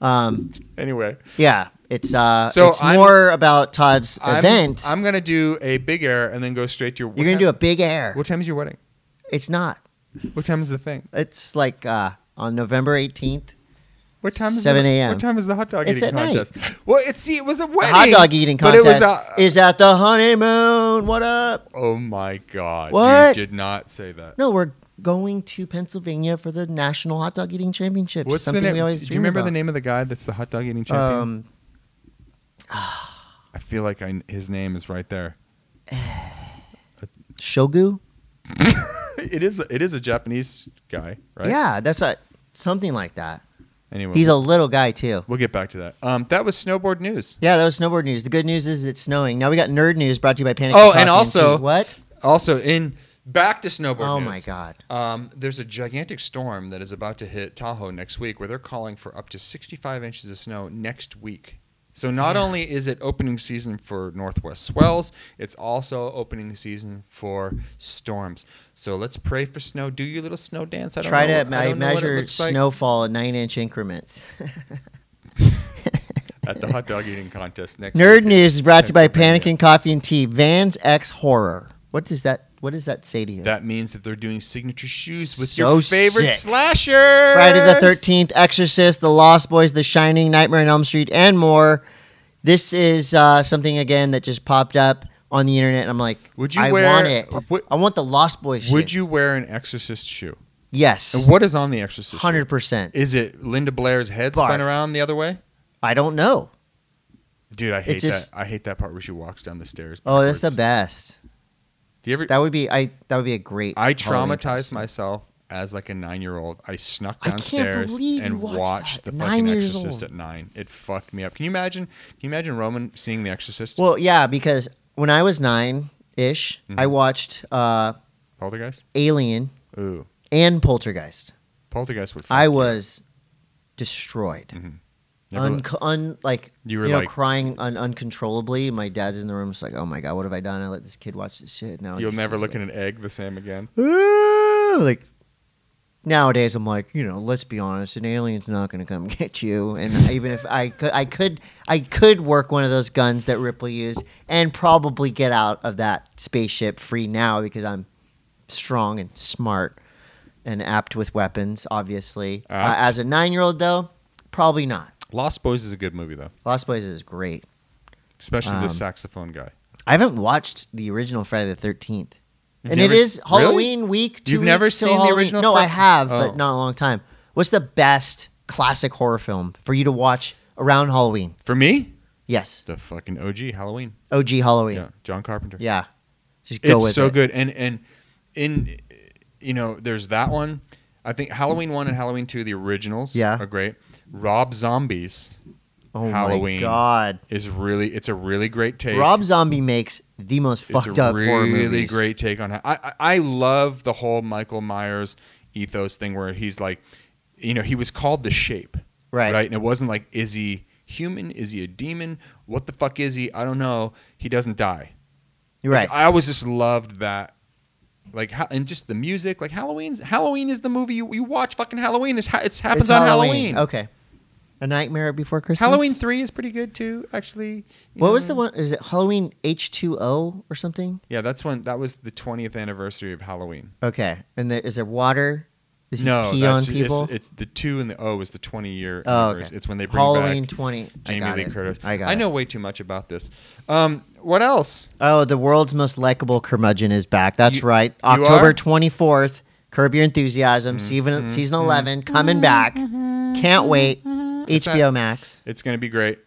Speaker 1: um.
Speaker 2: Anyway,
Speaker 1: Yeah. It's uh.
Speaker 2: So
Speaker 1: it's
Speaker 2: I'm-
Speaker 1: more about Todd's event.
Speaker 2: I'm, I'm gonna do a big air and then go straight to your.
Speaker 1: You're gonna do a big air.
Speaker 2: What time is your wedding?
Speaker 1: It's not.
Speaker 2: What time is the thing?
Speaker 1: It's like uh on November eighteenth.
Speaker 2: What time is
Speaker 1: 7
Speaker 2: the,
Speaker 1: a.m..
Speaker 2: What time is the hot dog
Speaker 1: It's
Speaker 2: eating
Speaker 1: at night.
Speaker 2: contest? Well, it's see, it was a
Speaker 1: The
Speaker 2: wedding.
Speaker 1: hot dog eating
Speaker 2: but
Speaker 1: contest
Speaker 2: It was uh, a,
Speaker 1: is at the honeymoon. What up?
Speaker 2: oh my god!
Speaker 1: What?
Speaker 2: You did not say that.
Speaker 1: No, we're going to Pennsylvania for the National Hot Dog Eating Championships.
Speaker 2: What's the
Speaker 1: something
Speaker 2: name?
Speaker 1: we always
Speaker 2: do you
Speaker 1: dream
Speaker 2: remember the
Speaker 1: about.
Speaker 2: name of the guy that's the hot dog eating champion?
Speaker 1: Um,
Speaker 2: I feel like I, his name is right there.
Speaker 1: Shogu.
Speaker 2: it is. It is a Japanese guy, right?
Speaker 1: Yeah, that's a, something like that.
Speaker 2: Anyway,
Speaker 1: He's a little guy too.
Speaker 2: we'll get back to that. Um, that was snowboard news.
Speaker 1: Yeah, that was snowboard news. The good news is it's snowing. Now we got nerd news brought to you by Panic.
Speaker 2: Oh,
Speaker 1: Coffee
Speaker 2: and also-
Speaker 1: Tea. what?
Speaker 2: Also, in back to snowboard.
Speaker 1: Oh
Speaker 2: news.
Speaker 1: my god.
Speaker 2: Um, there's a gigantic storm that is about to hit Tahoe next week, where they're calling for up to 65 inches of snow next week. So not
Speaker 1: Damn.
Speaker 2: only is it opening season for northwest swells, it's also opening season for storms. So let's pray for snow. Do your little snow dance. I don't
Speaker 1: Try
Speaker 2: know,
Speaker 1: to
Speaker 2: I
Speaker 1: me-
Speaker 2: don't know what it
Speaker 1: measure
Speaker 2: looks like.
Speaker 1: snowfall in nine inch increments.
Speaker 2: at the hot dog eating contest next.
Speaker 1: nerd
Speaker 2: week.
Speaker 1: news is brought to you by Panic
Speaker 2: Pennsylvania.
Speaker 1: and Coffee and Tea. Vans X Horror. What does that? What does that say to you?
Speaker 2: That means that they're doing signature shoes with
Speaker 1: So
Speaker 2: your favorite
Speaker 1: sick.
Speaker 2: slasher.
Speaker 1: Friday the 13th, Exorcist, The Lost Boys, The Shining, Nightmare on Elm Street, and more. This is uh, something, again, that just popped up on the internet. And I'm like,
Speaker 2: Would you
Speaker 1: I
Speaker 2: wear-
Speaker 1: want it.
Speaker 2: would-
Speaker 1: I want the Lost Boys shit.
Speaker 2: Would you wear an Exorcist shoe?
Speaker 1: Yes.
Speaker 2: And what is on the Exorcist? shoe?
Speaker 1: 100%.
Speaker 2: Is it Linda Blair's head spun
Speaker 1: Barf.
Speaker 2: around the other way?
Speaker 1: I don't know.
Speaker 2: Dude, I hate
Speaker 1: just-
Speaker 2: that. I hate that part where she walks down the stairs.
Speaker 1: Oh, that's the
Speaker 2: backwards.
Speaker 1: best.
Speaker 2: Do you ever?
Speaker 1: That would be I. That would be a great.
Speaker 2: I
Speaker 1: Halloween
Speaker 2: traumatized
Speaker 1: costume.
Speaker 2: myself as like a nine-year-old. I snuck
Speaker 1: I can't
Speaker 2: downstairs
Speaker 1: believe you
Speaker 2: and
Speaker 1: watched
Speaker 2: watched
Speaker 1: that.
Speaker 2: the
Speaker 1: Nine
Speaker 2: fucking
Speaker 1: years
Speaker 2: Exorcist
Speaker 1: old.
Speaker 2: at nine. It fucked me up. Can you imagine? Can you imagine Roman seeing the Exorcist?
Speaker 1: Well, yeah, because when I was nine ish,
Speaker 2: Mm-hmm.
Speaker 1: I watched uh,
Speaker 2: Poltergeist.
Speaker 1: Alien
Speaker 2: Ooh,
Speaker 1: and Poltergeist.
Speaker 2: Poltergeist would. Fuck
Speaker 1: I
Speaker 2: you.
Speaker 1: was destroyed.
Speaker 2: Never let-
Speaker 1: un, un like you
Speaker 2: You
Speaker 1: were
Speaker 2: were
Speaker 1: know,
Speaker 2: like-
Speaker 1: crying un- uncontrollably. My dad's in the room, just like, oh my god, what have I done? I let this kid watch this shit. Now
Speaker 2: You'll
Speaker 1: he's
Speaker 2: never
Speaker 1: just
Speaker 2: look at
Speaker 1: like,
Speaker 2: an egg the same again.
Speaker 1: "Ooh," like nowadays I'm like, you know, let's be honest, an alien's not going to come get you. And even if I could, I could, I could work one of those guns that Ripple used and probably get out of that spaceship free now because I'm strong and smart and apt with weapons. Obviously, uh,
Speaker 2: Apt.
Speaker 1: as a nine-year-old though, probably not.
Speaker 2: Lost Boys is a good movie though,
Speaker 1: Lost Boys is great.
Speaker 2: especially the
Speaker 1: Um,
Speaker 2: saxophone guy.
Speaker 1: I haven't watched the original Friday the Thirteenth, and
Speaker 2: never-
Speaker 1: it is
Speaker 2: Really?
Speaker 1: Halloween week. 2
Speaker 5: You've never
Speaker 1: weeks till
Speaker 5: seen the
Speaker 1: Halloween.
Speaker 5: original
Speaker 1: No,
Speaker 5: Fri-
Speaker 1: I have,
Speaker 5: Oh.
Speaker 1: but not in a long time. What's the best classic horror film for you to watch around Halloween?
Speaker 2: For me,
Speaker 1: Yes,
Speaker 2: the fucking OG Halloween.
Speaker 1: OG Halloween.
Speaker 2: Yeah,
Speaker 1: Yeah,
Speaker 2: John Carpenter.
Speaker 1: just go
Speaker 2: it's
Speaker 1: with
Speaker 2: so
Speaker 1: it.
Speaker 2: good and and in you know there's that one i think halloween one and halloween two the originals
Speaker 1: Yeah.
Speaker 2: are great rob zombies
Speaker 1: Oh
Speaker 2: Halloween.
Speaker 1: my god,
Speaker 2: is really it's a really great take
Speaker 1: Rob Zombie makes the most
Speaker 2: it's
Speaker 1: fucked
Speaker 2: a
Speaker 1: up horror
Speaker 2: really
Speaker 1: movies.
Speaker 2: great take on how, I, I i love the whole michael myers ethos thing where he's like you know he was called the shape
Speaker 1: Right.
Speaker 2: right and it wasn't like is he human is he a demon what the fuck is he i don't know he doesn't die
Speaker 1: You're right?
Speaker 2: I always just loved that. Like ha- and just the music, like Halloween's Halloween is the movie you, you watch. Fucking Halloween, this ha- it happens
Speaker 1: It's
Speaker 2: on Halloween.
Speaker 1: Okay, A Nightmare Before Christmas.
Speaker 2: Halloween three is pretty good too, actually.
Speaker 1: What was
Speaker 2: Yeah.
Speaker 1: the one? Is it Halloween H two O or something?
Speaker 2: Yeah, that's when that was the twentieth anniversary of Halloween.
Speaker 1: Okay, and there, is there water? Is he
Speaker 2: no,
Speaker 1: pee on
Speaker 2: that's,
Speaker 1: people?
Speaker 2: It's, it's the two and the O is the twenty year.
Speaker 1: Oh,
Speaker 2: anniversary.
Speaker 1: okay.
Speaker 2: It's when they bring
Speaker 1: Halloween
Speaker 2: back
Speaker 1: twenty. I
Speaker 2: Jamie
Speaker 1: got
Speaker 2: Lee
Speaker 1: it.
Speaker 2: Curtis.
Speaker 1: I got.
Speaker 2: I know
Speaker 1: It.
Speaker 2: way too much about this. Um, what else?
Speaker 1: Oh, the world's most likable curmudgeon is back. That's
Speaker 2: You-
Speaker 1: right.
Speaker 2: you are? Mm-hmm.
Speaker 1: October twenty fourth. Curb Your Enthusiasm, season, season 11, coming back. Can't wait.
Speaker 2: Mm-hmm.
Speaker 1: HBO
Speaker 2: not-
Speaker 1: Max.
Speaker 2: It's gonna be great.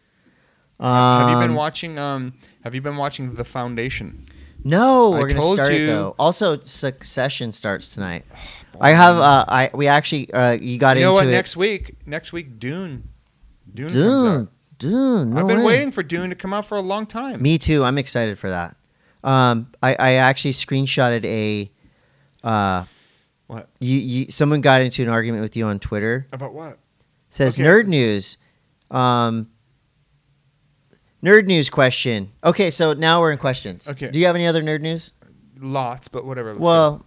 Speaker 1: Um,
Speaker 2: have you been watching? Um, have you been watching The Foundation?
Speaker 1: No,
Speaker 2: I
Speaker 1: we're gonna
Speaker 2: told
Speaker 1: start
Speaker 2: you. Oh,
Speaker 1: it though. Also, Succession starts tonight. I have. Uh, I we actually. Uh, you got
Speaker 2: You know
Speaker 1: into
Speaker 2: what?
Speaker 1: it.
Speaker 2: Next week, next week, Dune. Dune. comes out.
Speaker 1: Dune, Dune. no
Speaker 2: I've been
Speaker 1: way.
Speaker 2: waiting for Dune to come out for a long time.
Speaker 1: Me too. I'm excited for that. Um, I, I actually screenshotted a. Uh,
Speaker 2: What?
Speaker 1: You, you someone got into an argument with you on Twitter.
Speaker 2: About what?
Speaker 1: Says
Speaker 2: Okay.
Speaker 1: nerd news. Um, nerd news question. Okay, so now we're in questions.
Speaker 2: Okay.
Speaker 1: Do you have any other nerd news?
Speaker 2: Lots, but whatever. let's
Speaker 1: well,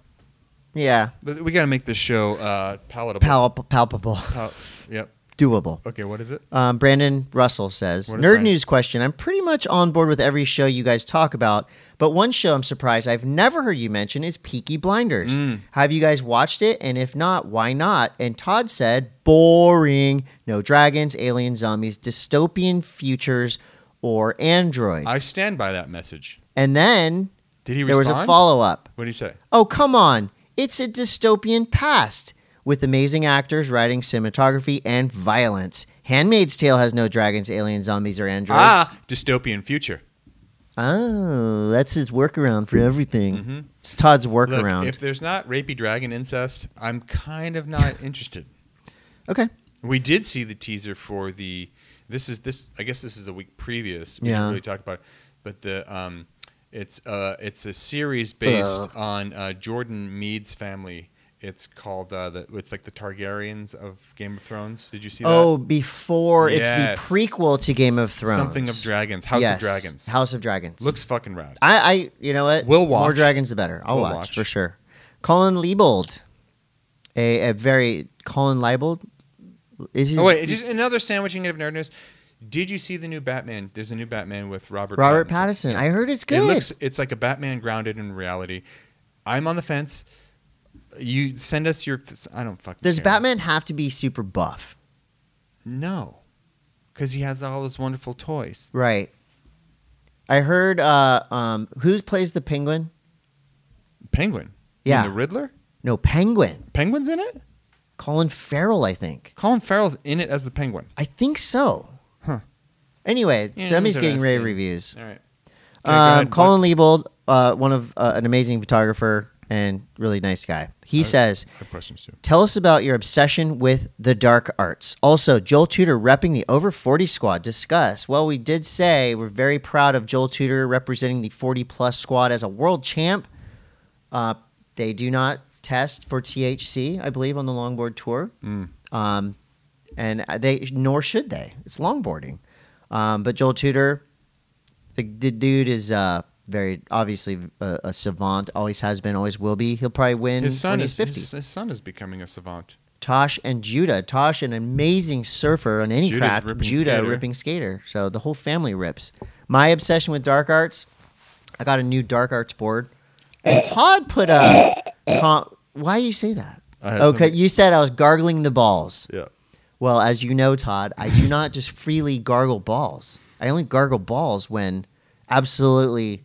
Speaker 1: yeah,
Speaker 2: go. But we got to make this show uh, palatable.
Speaker 1: pal- palpable,
Speaker 2: Pal- yep.
Speaker 1: doable.
Speaker 2: Okay. What is it?
Speaker 1: Um, Brandon Russell says, Nerd
Speaker 2: What is Brandon-
Speaker 1: News question. I'm pretty much on board with every show you guys talk about, but one show I'm surprised I've never heard you mention is Peaky Blinders.
Speaker 2: Mm.
Speaker 1: Have you guys watched it? And if not, why not? And Todd said, boring. No dragons, alien zombies, dystopian futures, or androids.
Speaker 2: I stand by that message.
Speaker 1: and then
Speaker 2: Did he
Speaker 1: there was
Speaker 2: respond?
Speaker 1: a follow up.
Speaker 2: What did he say?
Speaker 1: Oh, come on. It's a dystopian past with amazing actors, writing, cinematography, and violence. Handmaid's Tale has no dragons, aliens, zombies, or androids.
Speaker 2: Ah, dystopian future.
Speaker 1: Oh, that's his workaround for everything.
Speaker 2: Mhm.
Speaker 1: It's Todd's
Speaker 2: Look,
Speaker 1: workaround.
Speaker 2: if there's not rapey dragon incest, I'm kind of not interested.
Speaker 1: okay.
Speaker 2: We did see the teaser for the. This is this. I guess this is a week previous. We
Speaker 1: Yeah.
Speaker 2: didn't really talk about, it, but the um, it's uh, it's a series based
Speaker 1: Ugh.
Speaker 2: on uh, Jordan Mead's family. It's called uh, the it's like the Targaryens of Game of Thrones. Did you see
Speaker 1: Oh, before
Speaker 2: Yes.
Speaker 1: it's the prequel to Game of
Speaker 2: that?
Speaker 1: Thrones.
Speaker 2: Something of Dragons, House
Speaker 1: Yes.
Speaker 2: of Dragons.
Speaker 1: House of Dragons.
Speaker 2: Looks fucking rad.
Speaker 1: I, I, you know what?
Speaker 2: We'll
Speaker 1: More
Speaker 2: watch.
Speaker 1: dragons, the better. I'll
Speaker 2: We'll
Speaker 1: watch,
Speaker 2: watch.
Speaker 1: for sure. Colin Liebold, a, a very Colin Liebold. Is he,
Speaker 2: Oh wait, just another sandwiching of nerd news. Did you see the new Batman? There's a new Batman with Robert.
Speaker 1: Robert
Speaker 2: Pattinson.
Speaker 1: Pattinson. I heard it's good.
Speaker 2: It looks it's like a Batman grounded in reality. I'm on the fence. You send us your I don't fucking
Speaker 1: Does
Speaker 2: care.
Speaker 1: Batman have to be super buff?
Speaker 2: No. Cuz he has all those wonderful toys.
Speaker 1: Right. I heard uh um who plays the penguin?
Speaker 2: Penguin. You mean
Speaker 1: Yeah.
Speaker 2: the Riddler?
Speaker 1: No, penguin.
Speaker 2: Penguin's in it?
Speaker 1: Colin Farrell, I think.
Speaker 2: Colin Farrell's in it as the Penguin.
Speaker 1: I think so.
Speaker 2: Huh.
Speaker 1: Anyway, somebody's getting rave
Speaker 2: Interesting.
Speaker 1: reviews.
Speaker 2: All right. Okay, go
Speaker 1: Um,
Speaker 2: ahead.
Speaker 1: Colin Liebold, uh, one of uh, an amazing photographer and really nice guy. He
Speaker 2: I-
Speaker 1: says,
Speaker 2: I have questions too.
Speaker 1: Tell us about your obsession with the dark arts. Also, Joel Tudor repping the over 40 squad. Discuss. Well, we did say we're very proud of Joel Tudor representing the 40 plus squad as a world champ. Uh, they do not test for THC, I believe, on the longboard tour.
Speaker 2: Mm.
Speaker 1: Um, and they, nor should they. It's longboarding. Um, but Joel Tudor, the, the dude is uh, very obviously a, a savant, always has been, always will be. He'll probably win
Speaker 2: His son
Speaker 1: when
Speaker 2: is
Speaker 1: he's 50.
Speaker 2: his, his son is becoming a savant.
Speaker 1: Tosh and Judah. Tosh, an amazing surfer on any
Speaker 2: Judah's
Speaker 1: craft.
Speaker 2: ripping
Speaker 1: Judah,
Speaker 2: skater.
Speaker 1: ripping skater. So the whole family rips. My obsession with dark arts, I got a new dark arts board. And Todd put a. Tom, why do you say that?
Speaker 2: I had
Speaker 1: Okay,
Speaker 2: some-
Speaker 1: you said I was gargling the balls.
Speaker 2: Yeah.
Speaker 1: Well, as you know, Todd, I do not just freely gargle balls. I only gargle balls when absolutely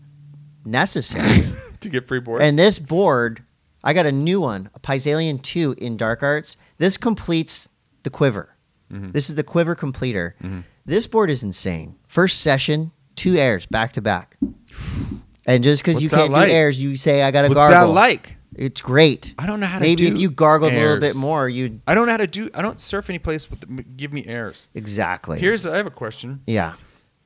Speaker 1: necessary.
Speaker 2: To get free board.
Speaker 1: And this board, I got a new one, a Pisalian 2 in Dark Arts. This completes the quiver.
Speaker 5: Mm-hmm.
Speaker 1: This is the quiver completer. This board is insane. First session, two airs back to back. And just because you
Speaker 5: What's that
Speaker 1: can't
Speaker 5: like?
Speaker 1: do airs, you say, I got to
Speaker 5: What's
Speaker 1: gargle.
Speaker 5: that like?
Speaker 1: It's great.
Speaker 5: I don't know how to
Speaker 1: Maybe
Speaker 5: do
Speaker 1: if you gargled a little bit
Speaker 5: airs.
Speaker 1: more, you'd.
Speaker 2: I don't know how to do. I don't surf any place. With the, give me airs.
Speaker 1: Exactly.
Speaker 2: Here's. I have a question.
Speaker 1: Yeah.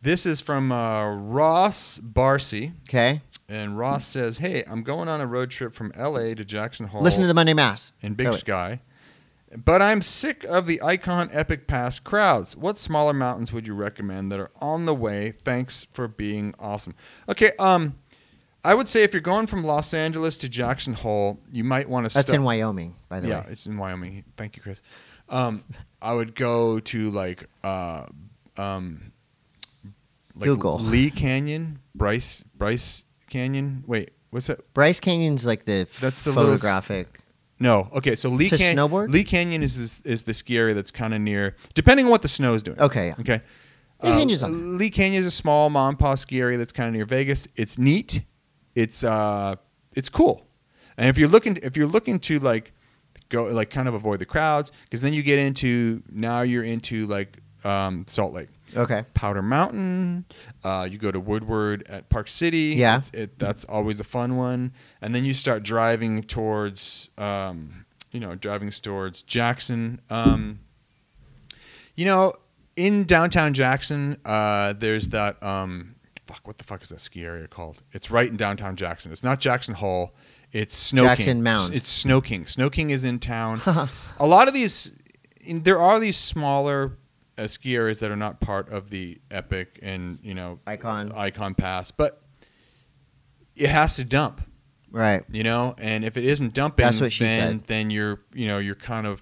Speaker 2: This is from uh, Ross Barcy,
Speaker 1: Okay.
Speaker 2: and Ross says, "Hey, I'm going on a road trip from L.A. to Jackson Hole
Speaker 1: Listen to the Monday Mass.
Speaker 2: in Big
Speaker 1: Oh, wait.
Speaker 2: Sky, but I'm sick of the Icon Epic Pass crowds. What smaller mountains would you recommend that are on the way? Thanks for being awesome. Okay. Um, I would say if you're going from Los Angeles to Jackson Hole, you might want to.
Speaker 1: That's in Wyoming, by the
Speaker 2: yeah,
Speaker 1: way.
Speaker 2: it's in Wyoming. Thank you, Chris. Um, I would go to like, uh, um, like
Speaker 1: Google.
Speaker 2: Lee Canyon, Bryce Bryce Canyon. Wait, what's that?
Speaker 1: Bryce Canyon's like the
Speaker 2: That's
Speaker 1: That's
Speaker 2: the
Speaker 1: the
Speaker 2: little s-
Speaker 1: photographic.
Speaker 2: No, okay. So Lee
Speaker 1: To
Speaker 2: Canyon,
Speaker 1: snowboard?
Speaker 2: Lee Canyon is this, is the ski area that's kind of near, depending on what the snow is doing.
Speaker 1: Okay, yeah.
Speaker 2: okay. Uh,
Speaker 1: It hinges on that.
Speaker 2: Lee Canyon is a small mom and pop ski area that's kind of near Vegas. It's neat. It's uh, it's cool. And if you're looking, if you're looking to like go like kind of avoid the crowds, because then you get into now you're into like um, Salt Lake.
Speaker 1: Okay.
Speaker 2: Powder Mountain. Uh, you go to Woodward at Park City.
Speaker 1: Yeah.
Speaker 2: It's- it, that's always a fun one. And then you start driving towards, um, you know, driving towards Jackson. Um, you know, in downtown Jackson, uh, there's that. Um, fuck, what the fuck is that ski area called? It's right in downtown Jackson. It's not Jackson Hole. It's Snow
Speaker 1: Jackson
Speaker 2: King.
Speaker 1: Mound.
Speaker 2: It's Snow King. Snow King is in town. a lot of these, in, there are these smaller uh, ski areas that are not part of the Epic and you know
Speaker 1: Icon.
Speaker 2: Icon Pass, but it has to dump
Speaker 1: Right.
Speaker 2: you know and if it isn't dumping
Speaker 1: That's what she
Speaker 2: then
Speaker 1: said.
Speaker 2: then you're you know you're kind of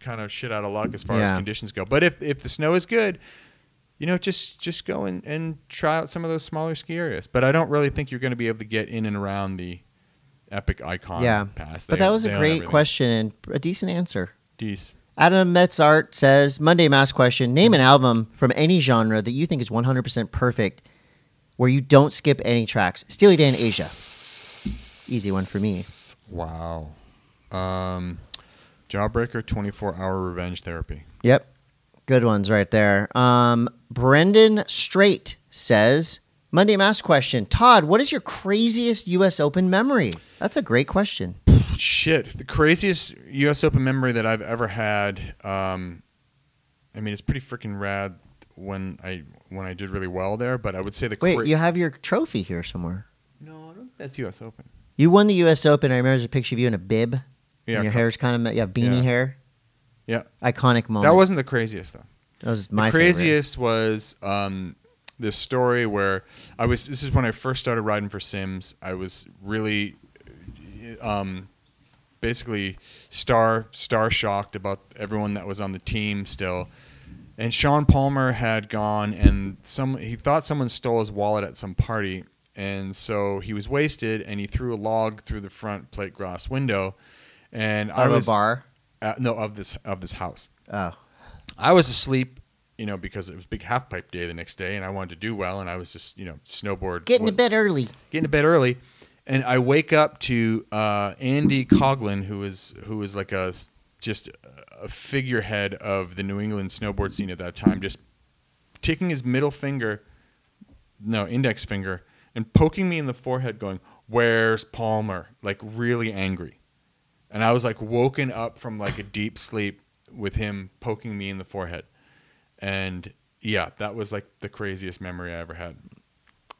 Speaker 2: kind of shit out of luck as far as
Speaker 1: Yeah.
Speaker 2: conditions go but if if the snow is good you know just just go and and try out some of those smaller ski areas but i don't really think you're going to be able to get in and around the epic icon
Speaker 1: Yeah.
Speaker 2: pass
Speaker 1: But
Speaker 2: They-
Speaker 1: that was
Speaker 2: they
Speaker 1: a
Speaker 2: own
Speaker 1: great
Speaker 2: everything.
Speaker 1: question and a decent answer.
Speaker 2: Jeez.
Speaker 1: Adam Metzart says Monday Mass question Name an album from any genre that you think is 100% perfect where you don't skip any tracks. Steely Dan Asia. Easy one for me.
Speaker 2: wow um jawbreaker 24 hour revenge therapy
Speaker 1: Yep. Good ones right there. Um, Brendan Straight says Monday Mass question Todd, what is your craziest U.S. Open memory? That's a great question.
Speaker 2: shit the craziest us open memory that i've ever had um i mean it's pretty freaking rad when i when i did really well there but i would say the
Speaker 1: Wait,
Speaker 2: cra-
Speaker 1: you have your trophy here somewhere.
Speaker 2: no I don't think that's us open
Speaker 1: You won the U.S. Open. I remember there's a picture of you in a bib.
Speaker 2: yeah
Speaker 1: and your
Speaker 2: co-
Speaker 1: hair's kind of yeah, beanie
Speaker 2: yeah.
Speaker 1: hair.
Speaker 2: Yeah.
Speaker 1: Iconic moment.
Speaker 2: that wasn't the craziest though
Speaker 1: that was my
Speaker 2: the craziest was um, this story where I was. This is when I first started riding for Sims. I was really, um, basically star star shocked about everyone that was on the team still. And Sean Palmer had gone, and some he thought someone stole his wallet at some party, and so he was wasted, and he threw a log through the front plate glass window, and
Speaker 1: favorite.
Speaker 2: I
Speaker 1: Out of
Speaker 2: was
Speaker 1: a bar.
Speaker 2: uh, no of this of this house.
Speaker 1: Oh,
Speaker 2: I was asleep, you know, because it was big half pipe day the next day, and I wanted to do well, and I was just, you know, snowboard
Speaker 1: getting to bed early.
Speaker 2: getting to bed early, and I wake up to uh, Andy Coglin, who is who is like a s- just a figurehead of the New England snowboard scene at that time, just taking his middle finger, no index finger, and poking me in the forehead, going, "Where's Palmer?" Like really angry, and I was like woken up from like a deep sleep with him poking me in the forehead, and. Yeah, that was like the craziest memory I ever had.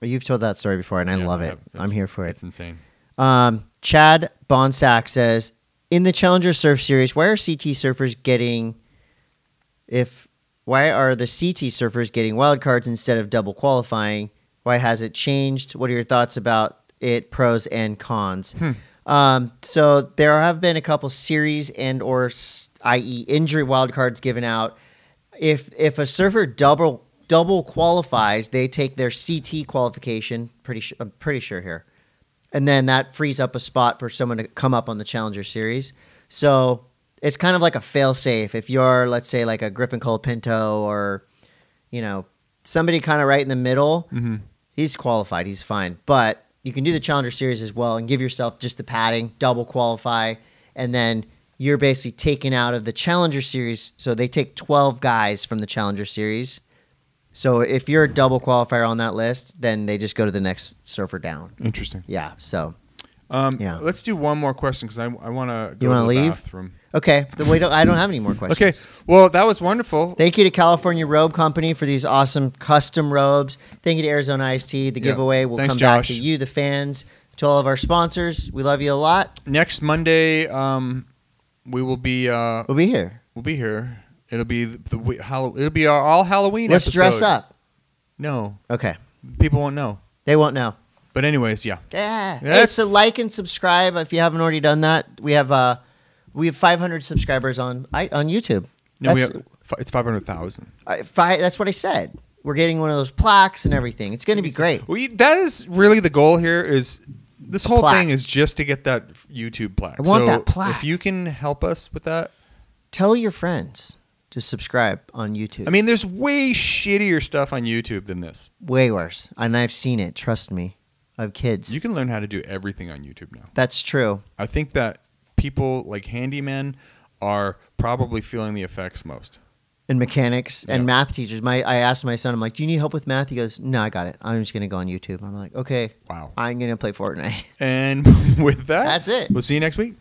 Speaker 1: You've told that story before, and I love it. I'm here for it.
Speaker 2: It's insane.
Speaker 1: Um, Chad Bonsack says in the Challenger Surf Series, why are CT surfers getting if why are the CT surfers getting wild cards instead of double qualifying? Why has it changed? What are your thoughts about it? Pros and cons. Um, so there have been a couple series and or s- i.e. injury wildcards given out. If if a surfer double double qualifies, they take their CT qualification. Pretty su- I'm pretty sure here and then that frees up a spot for someone to come up on the Challenger Series. So it's kind of like a fail safe if you're, let's say, like a Griffin Cole Pinto or, you know, somebody kind of right in the middle. He's qualified, he's fine, but you can do the Challenger Series as well and give yourself just the padding, double qualify, and then you're basically taken out of the Challenger Series. So they take 12 guys from the Challenger Series. So if you're a double qualifier on that list, then they just go to the next surfer down.
Speaker 2: Interesting.
Speaker 1: Yeah. So
Speaker 2: Um,
Speaker 1: Yeah.
Speaker 2: Let's do one more question because I, I want to go
Speaker 1: wanna
Speaker 2: to the
Speaker 1: leave?
Speaker 2: bathroom.
Speaker 1: okay, then we don't, I don't have any more questions.
Speaker 2: Okay. Well, that was wonderful.
Speaker 1: Thank you to California Robe Company for these awesome custom robes. Thank you to Arizona Iced Tea. The
Speaker 2: Yeah.
Speaker 1: giveaway will
Speaker 2: Thanks,
Speaker 1: come back to
Speaker 2: Josh.
Speaker 1: you, the fans, to all of our sponsors. We love you a lot.
Speaker 2: Next Monday, um, we will be uh,
Speaker 1: We'll be here.
Speaker 2: we'll be here. It'll be the, the we- Hall- it'll be our all Halloween.
Speaker 1: Let's
Speaker 2: episode.
Speaker 1: dress up.
Speaker 2: No,
Speaker 1: Okay.
Speaker 2: people won't know.
Speaker 1: They won't know.
Speaker 2: But anyways, yeah.
Speaker 1: Yeah. Hey,
Speaker 2: Yes.
Speaker 1: so like and subscribe if you haven't already done that. We have uh, we have 500 subscribers on I, on YouTube.
Speaker 2: No, we
Speaker 1: That's-
Speaker 2: have, fi- it's five hundred thousand.
Speaker 1: I, fi- that's what I said. We're getting one of those plaques and everything. It's going to be great.
Speaker 2: We that is really the goal here. Is this whole
Speaker 1: plaque.
Speaker 2: thing is just to get that YouTube plaque.
Speaker 1: I want
Speaker 2: So
Speaker 1: that plaque.
Speaker 2: If you can help us with that,
Speaker 1: Tell your friends to subscribe on YouTube.
Speaker 2: I mean, there's way shittier stuff on YouTube than this.
Speaker 1: way worse. And I've seen it. Trust me. I have kids.
Speaker 2: You can learn how to do everything on YouTube now.
Speaker 1: That's true.
Speaker 2: I think that people like handymen are probably feeling the effects most.
Speaker 1: And mechanics and
Speaker 2: Yeah.
Speaker 1: math teachers. My I asked my son. I'm like, "Do you need help with math?" He goes, "No, I got it. I'm just gonna go on YouTube." I'm like, "Okay,
Speaker 2: Wow.
Speaker 1: I'm gonna play Fortnite."
Speaker 2: And with that,
Speaker 1: That's it.
Speaker 2: We'll see you next week.